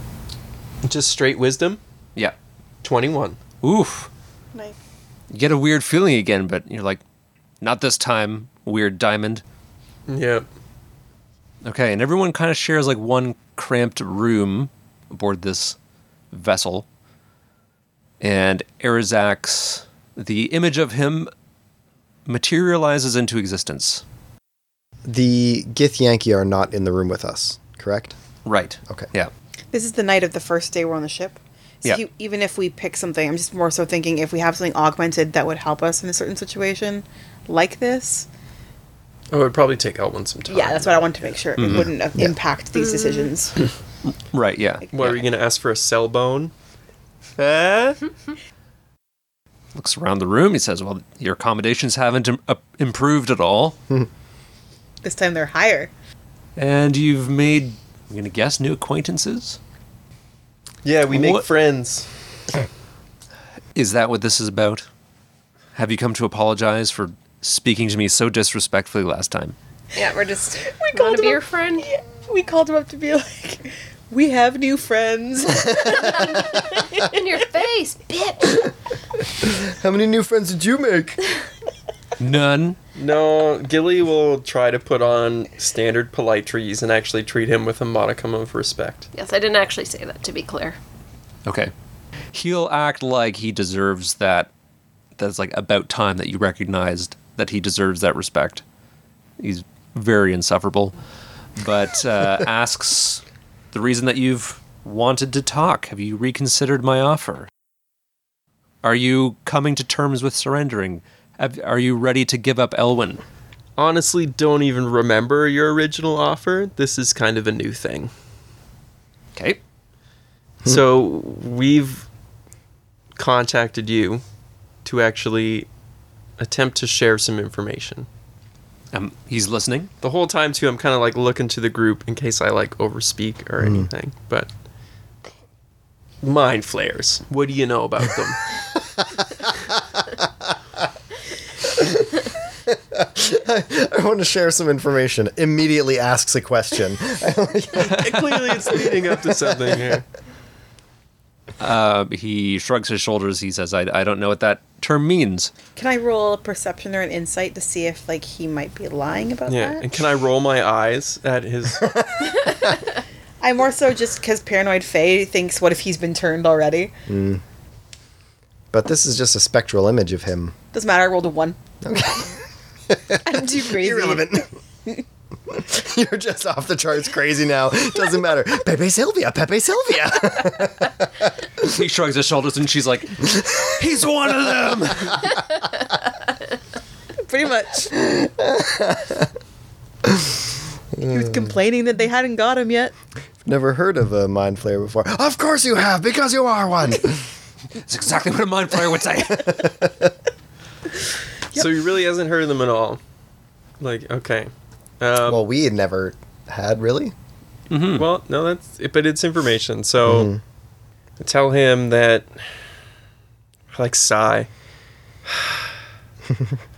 F: Just straight wisdom.
B: Yeah.
F: 21.
B: Oof.
C: Like,
B: You get a weird feeling again, but you're like, not this time, weird diamond.
F: Yeah.
B: Okay, and everyone kind of shares like one cramped room aboard this vessel. And Arizax, the image of him materializes into existence.
E: The Gith Yankee are not in the room with us, correct?
B: Right.
E: Okay.
B: Yeah.
C: this is the night of the first day we're on the ship. So
B: Yeah.
C: you, even if we pick something, I'm just more so thinking if we have something augmented that would help us in a certain situation like this.
F: Oh, it'd probably take out one sometime.
C: Yeah, that's what I wanted to make sure. It wouldn't uh, impact these decisions.
B: Right, yeah.
F: What, are you going to ask for a cell bone?
B: looks around the room. He says, "Well, your accommodations haven't im- up- improved at all,
C: This time they're higher.
B: and you've made, I'm gonna guess, new acquaintances.
F: Yeah, we
B: make
F: make friends.
B: Is that what this is about? Have you come to apologize for speaking to me so disrespectfully last time?
D: Yeah, we're just.
C: We
D: Want
C: called
D: to be
C: him
D: your
C: up.
D: friend?
C: We called him up to be like,
G: we have new friends.
D: In your face, bitch!
E: How many new friends did you make?
B: None.
F: No, Gilly will try to put on standard polite trees and actually treat him with a modicum of respect.
D: Yes, I didn't actually say that, to be clear.
B: Okay. He'll act like he deserves that. That's like about time that you recognized that he deserves that respect. He's very insufferable, but uh, asks the reason that you've wanted to talk. Have you reconsidered my offer? Are you coming to terms with surrendering? Have, are you ready to give up Elwyn?
F: Honestly, don't even remember your original offer. This is kind of a new thing.
B: Okay.
F: So we've contacted you to actually attempt to share some information.
B: Um, he's listening.
F: The whole time too, I'm kind of like looking to the group in case I like overspeak or anything. But mind flares. What do you know about them?
E: I want to share some information. Immediately asks a question.
F: Clearly, it's leading up to something here.
B: Uh, he shrugs his shoulders. He says, I, I don't know what that term means.
C: Can I roll a perception or an insight to see if like he might be lying about
F: Yeah,
C: that?
F: and can I roll my eyes at his?
C: I more so just because paranoid Faye thinks, what if he's been turned already?
E: But this is just a spectral image of him.
C: Doesn't matter. I rolled a one. Okay. I'm too crazy.
E: You're just off the charts crazy now. Doesn't matter. Pepe Sylvia, Pepe Sylvia.
B: He shrugs his shoulders and she's like, He's one of them!
C: Pretty much.
G: he was complaining that they hadn't got him yet.
E: Never heard of a mind flayer before. Of course you have, because you are one.
B: It's exactly what a mind player would say.
F: So he really hasn't heard of them at all. Like, okay. Um,
E: well, we had never had really.
F: Well, no, that's it, but it's information. So I tell him that I like sigh.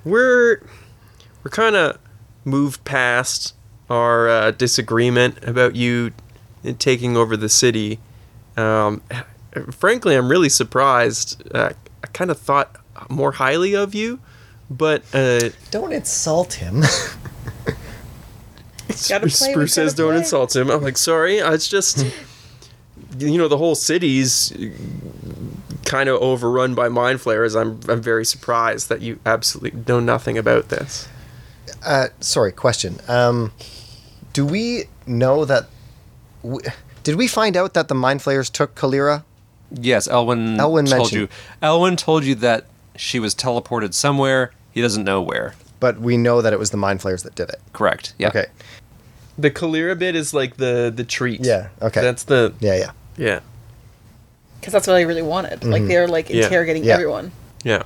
F: we're we're kind of moved past our uh, disagreement about you taking over the city. Um, frankly, I'm really surprised. Uh, I kind of thought more highly of you, but uh,
E: Don't insult him.
C: Gotta
F: Spruce,
C: play what
F: Spruce says
C: gotta
F: don't
C: play."
F: insult him. I'm like, sorry, I- it's just, you know, the whole city's kind of overrun by mind flayers. I'm, I'm very surprised that you absolutely know nothing about this.
E: uh, sorry, question. Um, do we know that? W- did we find out that the mind flayers took Kalira?
B: yes, Elwin,
E: Elwin
B: told
E: mentioned-
B: you. Elwin told you that she was teleported somewhere. He doesn't know where.
E: But we know that it was the mind flayers that did it.
B: Correct. Yeah.
E: Okay.
F: The Kalira bit is like the the treat.
E: Yeah, okay.
F: That's the
E: Yeah, yeah.
F: yeah
G: Because that's what I really wanted. Like they were like
F: Yeah.
G: interrogating
E: Yeah.
G: everyone.
F: yeah.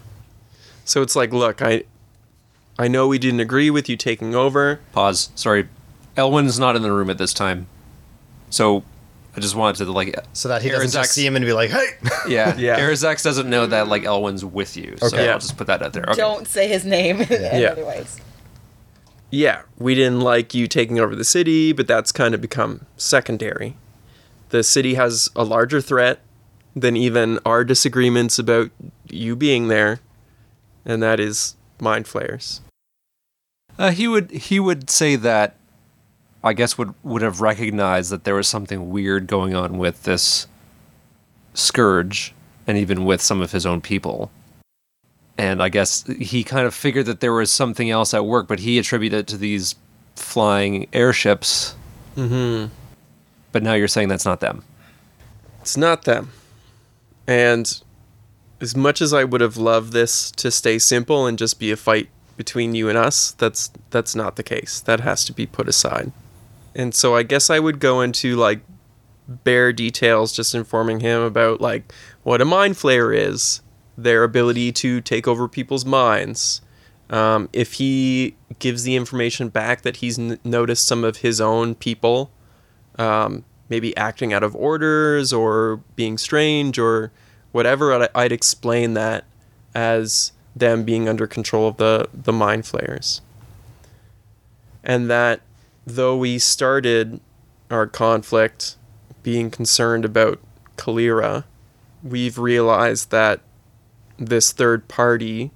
F: So it's like, look, I, I know we didn't agree with you taking over.
B: Pause. Sorry. Elwin's not in the room at this time. So I just wanted to, like,
E: So that he doesn't
B: Arazak-
E: just see him and be like, "Hey."
B: Yeah.
F: Yeah.
B: Arizax doesn't know that, like, Elwin's with you. So
E: Okay.
B: I'll just put that out there. Okay.
G: Don't say his name.
F: Yeah.
G: Otherwise,
F: yeah, we didn't like you taking over the city, but that's kind of become secondary. The city has a larger threat than even our disagreements about you being there, and that is mind flayers.
B: Uh, he would he would say that I guess would would have recognized that there was something weird going on with this scourge and even with some of his own people. And I guess he kind of figured that there was something else at work, but he attributed it to these flying airships. Mm-hmm. But now you're saying that's not them.
F: It's not them. And as much as I would have loved this to stay simple and just be a fight between you and us, that's that's not the case. That has to be put aside. And so I guess I would go into like bare details just informing him about like what a mind flayer is, their ability to take over people's minds. Um, if he gives the information back that he's n- noticed some of his own people um, maybe acting out of orders or being strange or whatever, I'd, I'd explain that as them being under control of the, the mind flayers. And that though we started our conflict being concerned about Kalira, we've realized that this third party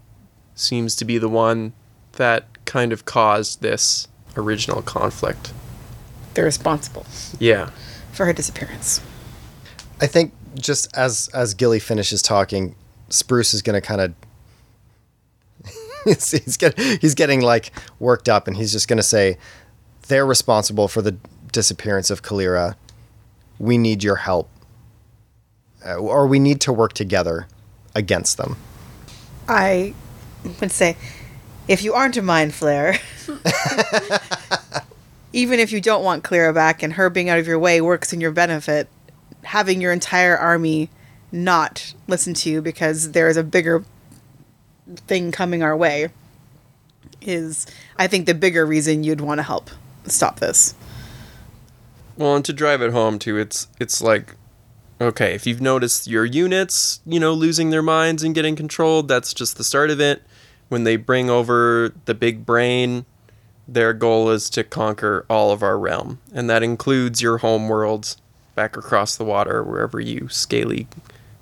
F: seems to be the one that kind of caused this original conflict.
H: They're responsible
F: Yeah.
H: for her disappearance.
E: I think just as as Gilly finishes talking, Spruce is gonna kind of. he's, he's get, he's getting like worked up, and he's just gonna say, "They're responsible for the disappearance of Kalira. We need your help, uh, or we need to work together against them."
C: I would say, if you aren't a mind flayer, even if you don't want Clara back and her being out of your way works in your benefit, having your entire army not listen to you because there is a bigger thing coming our way is, I think, the bigger reason you'd want to help stop this.
F: Well, and to drive it home too, it's it's like okay, if you've noticed your units, you know, losing their minds and getting controlled, that's just the start of it. When they bring over the big brain, their goal is to conquer all of our realm, and that includes your home world back across the water wherever you scaly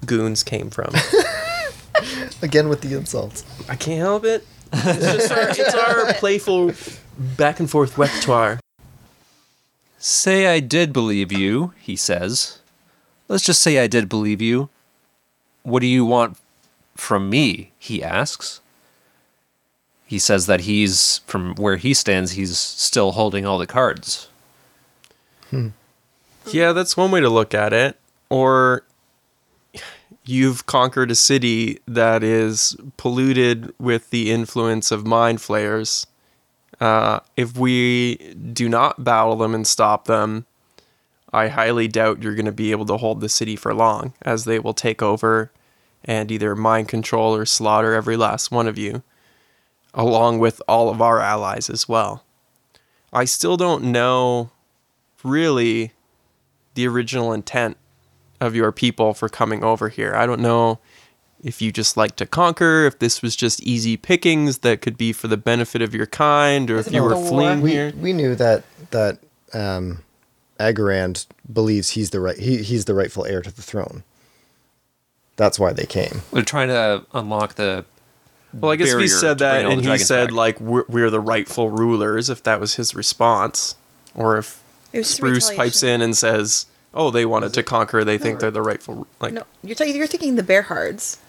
F: goons came from.
E: Again with the insults.
F: I can't help it. It's just our, it's our playful back and forth repertoire.
B: Say I did believe you, he says. Let's just say I did believe you. What do you want from me? He asks. He says that he's, from where he stands, he's still holding all the cards.
F: Yeah, that's one way to look at it. Or you've conquered a city that is polluted with the influence of mind flayers. Uh, if we do not battle them and stop them, I highly doubt you're going to be able to hold the city for long, as they will take over and either mind control or slaughter every last one of you, along with all of our allies as well. I still don't know really the original intent of your people for coming over here. I don't know if you just like to conquer, if this was just easy pickings that could be for the benefit of your kind, or if you were fleeing
E: we,
F: here.
E: We knew that that um, Agarand believes he's the right he, he's the rightful heir to the throne. That's why they came.
B: They're trying to unlock the.
F: Well, I guess if
B: barrier
F: he said
B: to bring
F: that
B: all the
F: and he
B: dragons
F: said,
B: back.
F: like, we're, we're the rightful rulers, if that was his response, or if
C: It was just
F: Spruce pipes in and says, oh, they wanted to conquer, they think they're the rightful, like,
C: No, you're, t- you're thinking the Bearhards.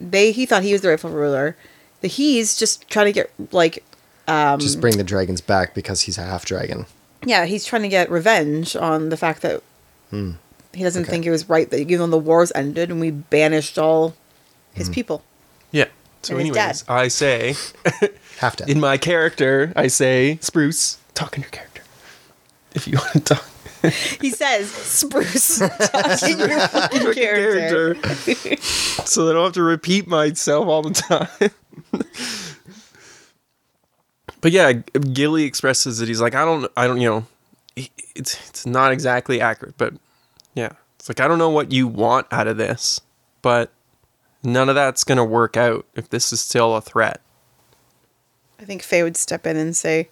C: They he thought he was the rightful ruler. The he's just trying to get like
E: Just bring the dragons back because he's a half dragon.
C: yeah, he's trying to get revenge on the fact that
F: Hmm.
C: he doesn't think it was right that even though the wars ended and we banished all his
F: Hmm.
C: people.
F: yeah. So,
C: And his
F: anyways,
C: dad.
F: I say,
E: Half dead.
F: in my character, I say, Spruce, talk in your character. If you want to talk.
C: He says, "Spruce, talk in your fucking character."
F: character. so that I don't have to repeat myself all the time. but yeah, Gilly expresses that he's like, I don't, I don't, you know, it- it's it's not exactly accurate, but yeah, it's like I don't know what you want out of this, but none of that's gonna work out if this is still a threat.
C: I think Faye would step in and say,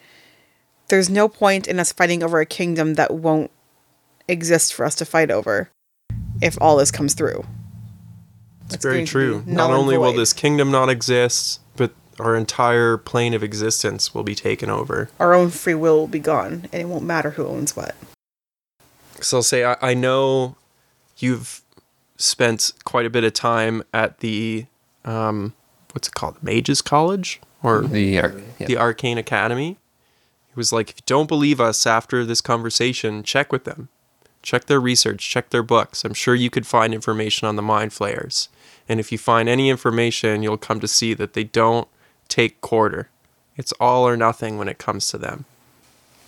C: "There's no point in us fighting over a kingdom that won't exist for us to fight over if all this comes through."
F: It's,
C: It's
F: very
C: going to
F: true.
C: be null
F: Not
C: and
F: only will
C: void.
F: this kingdom not exist, but our entire plane of existence will be taken over.
C: Our own free will will be gone, and it won't matter who owns what.
F: So I'll say I, I know you've spent quite a bit of time at the um, what's it called, Mages College or
B: The, ar- yeah.
F: the Arcane Academy. It was like if you don't believe us after this conversation, check with them, check their research, check their books. I'm sure you could find information on the Mind Flayers, and if you find any information, you'll come to see that they don't take quarter. It's all or nothing when it comes to them.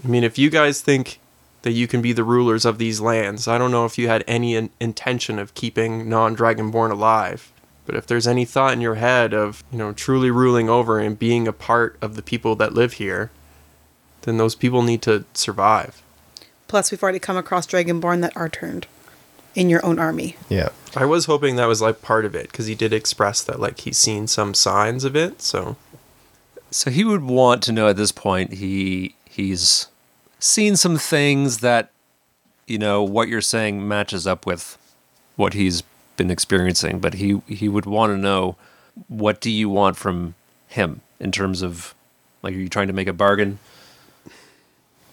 F: I mean, if you guys think that you can be the rulers of these lands, I don't know if you had any in- intention of keeping non Dragonborn alive. But if there's any thought in your head of, you know, truly ruling over and being a part of the people that live here, then those people need to survive.
C: Plus, we've already come across Dragonborn that are turned in your own army.
E: yeah.
F: I was hoping that was like part of it because he did express that like he's seen some signs of it. So
B: So he would want to know at this point. He he's seen some things that you know what you're saying matches up with what he's been experiencing but he he would want to know what do you want from him in terms of like are you trying to make a bargain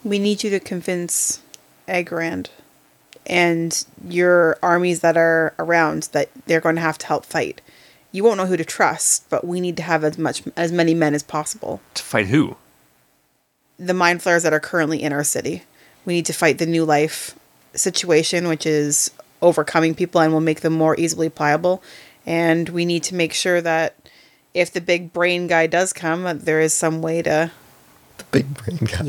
C: We need you to convince Agrand and your armies that are around that they're going to have to help fight. You won't know who to trust, but we need to have as much as many men as possible.
B: to fight who
C: The mind flayers that are currently in our city. We need to fight the new life situation, which is overcoming people and will make them more easily pliable. And we need to make sure that if the big brain guy does come, that there is some way to
E: The big brain guy.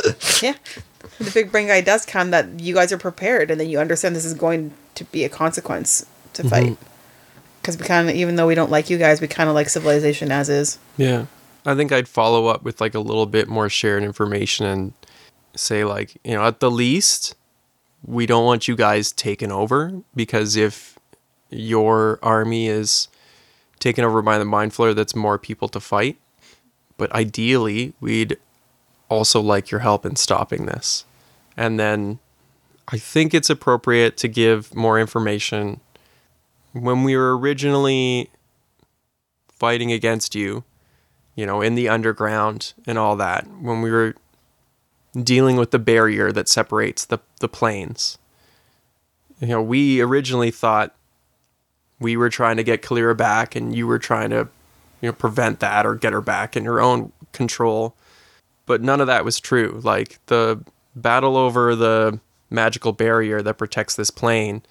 F: Yeah.
C: yeah. When the big brain guy does come, that you guys are prepared, and then you understand this is going to be a consequence
F: Mm-hmm.
C: to fight. Because we kind of, even though we don't like you guys, we kind of like civilization as is.
F: Yeah. I think I'd follow up with like a little bit more shared information and say like, you know, at the least, we don't want you guys taken over because if your army is taken over by the mind flayer, that's more people to fight. But ideally, we'd also like your help in stopping this. And then I think it's appropriate to give more information when we were originally fighting against you you know, in the underground and all that, when we were dealing with the barrier that separates the, the planes. You know, we originally thought we were trying to get Kalira back and you were trying to, you know, prevent that or get her back in your own control. But none of that was true. Like the battle over the magical barrier that protects this plane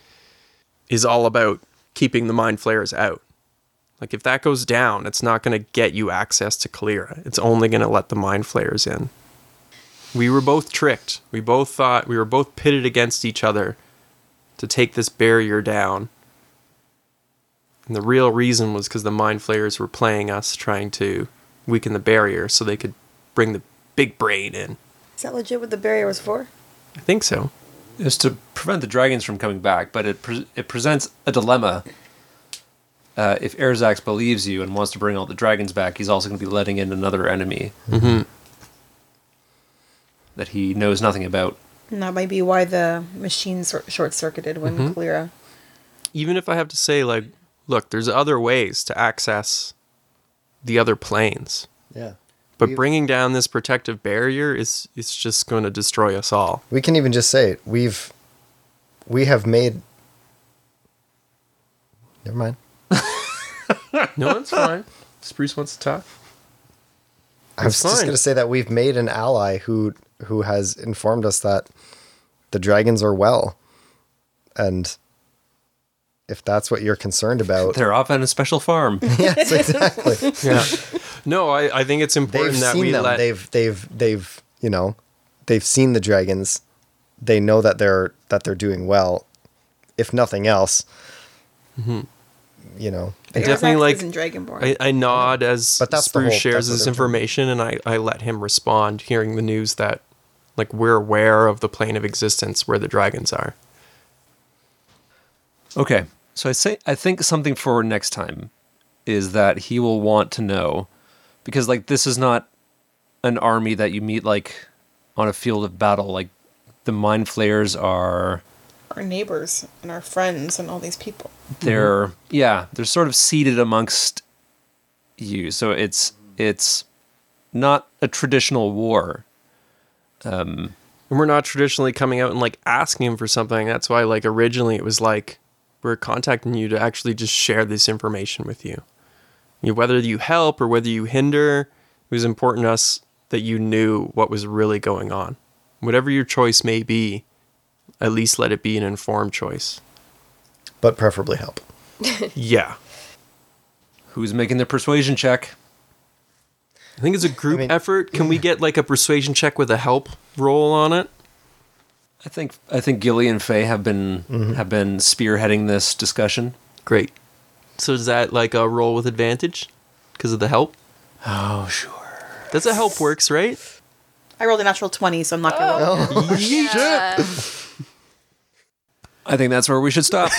F: is all about keeping the mind flayers out. Like if that goes down, it's not going to get you access to Kalira. It's only going to let the mind flayers in. We were both tricked. We both thought we were both pitted against each other to take this barrier down. And the real reason was because the mind flayers were playing us, trying to weaken the barrier so they could bring the big brain in.
I: Is that legit what the barrier was for?
F: I think so.
B: is to prevent the dragons from coming back, but it pre- it presents a dilemma. Uh, if Erzax believes you and wants to bring all the dragons back, he's also going to be letting in another enemy that he knows nothing about.
C: And that might be why the machine sor- short circuited when
F: Mm-hmm.
C: Kalira.
F: even if I have to say, like, look, there's other ways to access the other planes.
E: Yeah.
F: But bringing down this protective barrier is it's just going to destroy us all.
E: We can even just say it. We've we have made Never mind.
F: No, it's fine. Spruce wants to talk.
E: I was just
F: fine.
E: going to say that we've made an ally who who has informed us that the dragons are well. And if that's what you're concerned about,
B: They're off on a special farm.
E: yes, exactly.
F: Yeah. no, I, I think it's important
E: they've
F: that
E: seen
F: we
E: them.
F: let.
E: They've they've they've you know, they've seen the dragons. They know that they're that they're doing well. If nothing else,
F: Mm-hmm.
E: you know,
F: I definitely like.
C: in Dragonborn.
F: I, I nod as
E: But that's the
F: Spruce
E: whole- that's
F: shares
E: what
F: this
E: they're doing.
F: information, and I, I let him respond, hearing the news that, like, we're aware of the plane of existence where the dragons are.
B: Okay. So I say I think something for next time is that he will want to know because like this is not an army that you meet like on a field of battle like the mind flayers are
C: our neighbors and our friends and all these people.
B: they're yeah they're sort of seated amongst you so it's it's not a traditional war
F: and we're not traditionally coming out and like asking him for something. That's why like originally it was like we're contacting you to actually just share this information with you. You whether you help or whether you hinder, it was important to us that you knew what was really going on. Whatever your choice may be, at least let it be an informed choice.
E: but preferably help.
F: Yeah.
B: who's making the persuasion check
F: I think it's a group
E: mean-
F: effort. Can we get like a persuasion check with a help roll on it?
B: i think i think gilly and faye have been have been spearheading this discussion
F: Great. So is that like a roll with advantage because of the help?
B: oh sure
F: That's how help works, right?
C: I rolled a natural 20, so I'm not
F: Oh,
C: going to roll.
D: Yeah.
B: i think that's where we should stop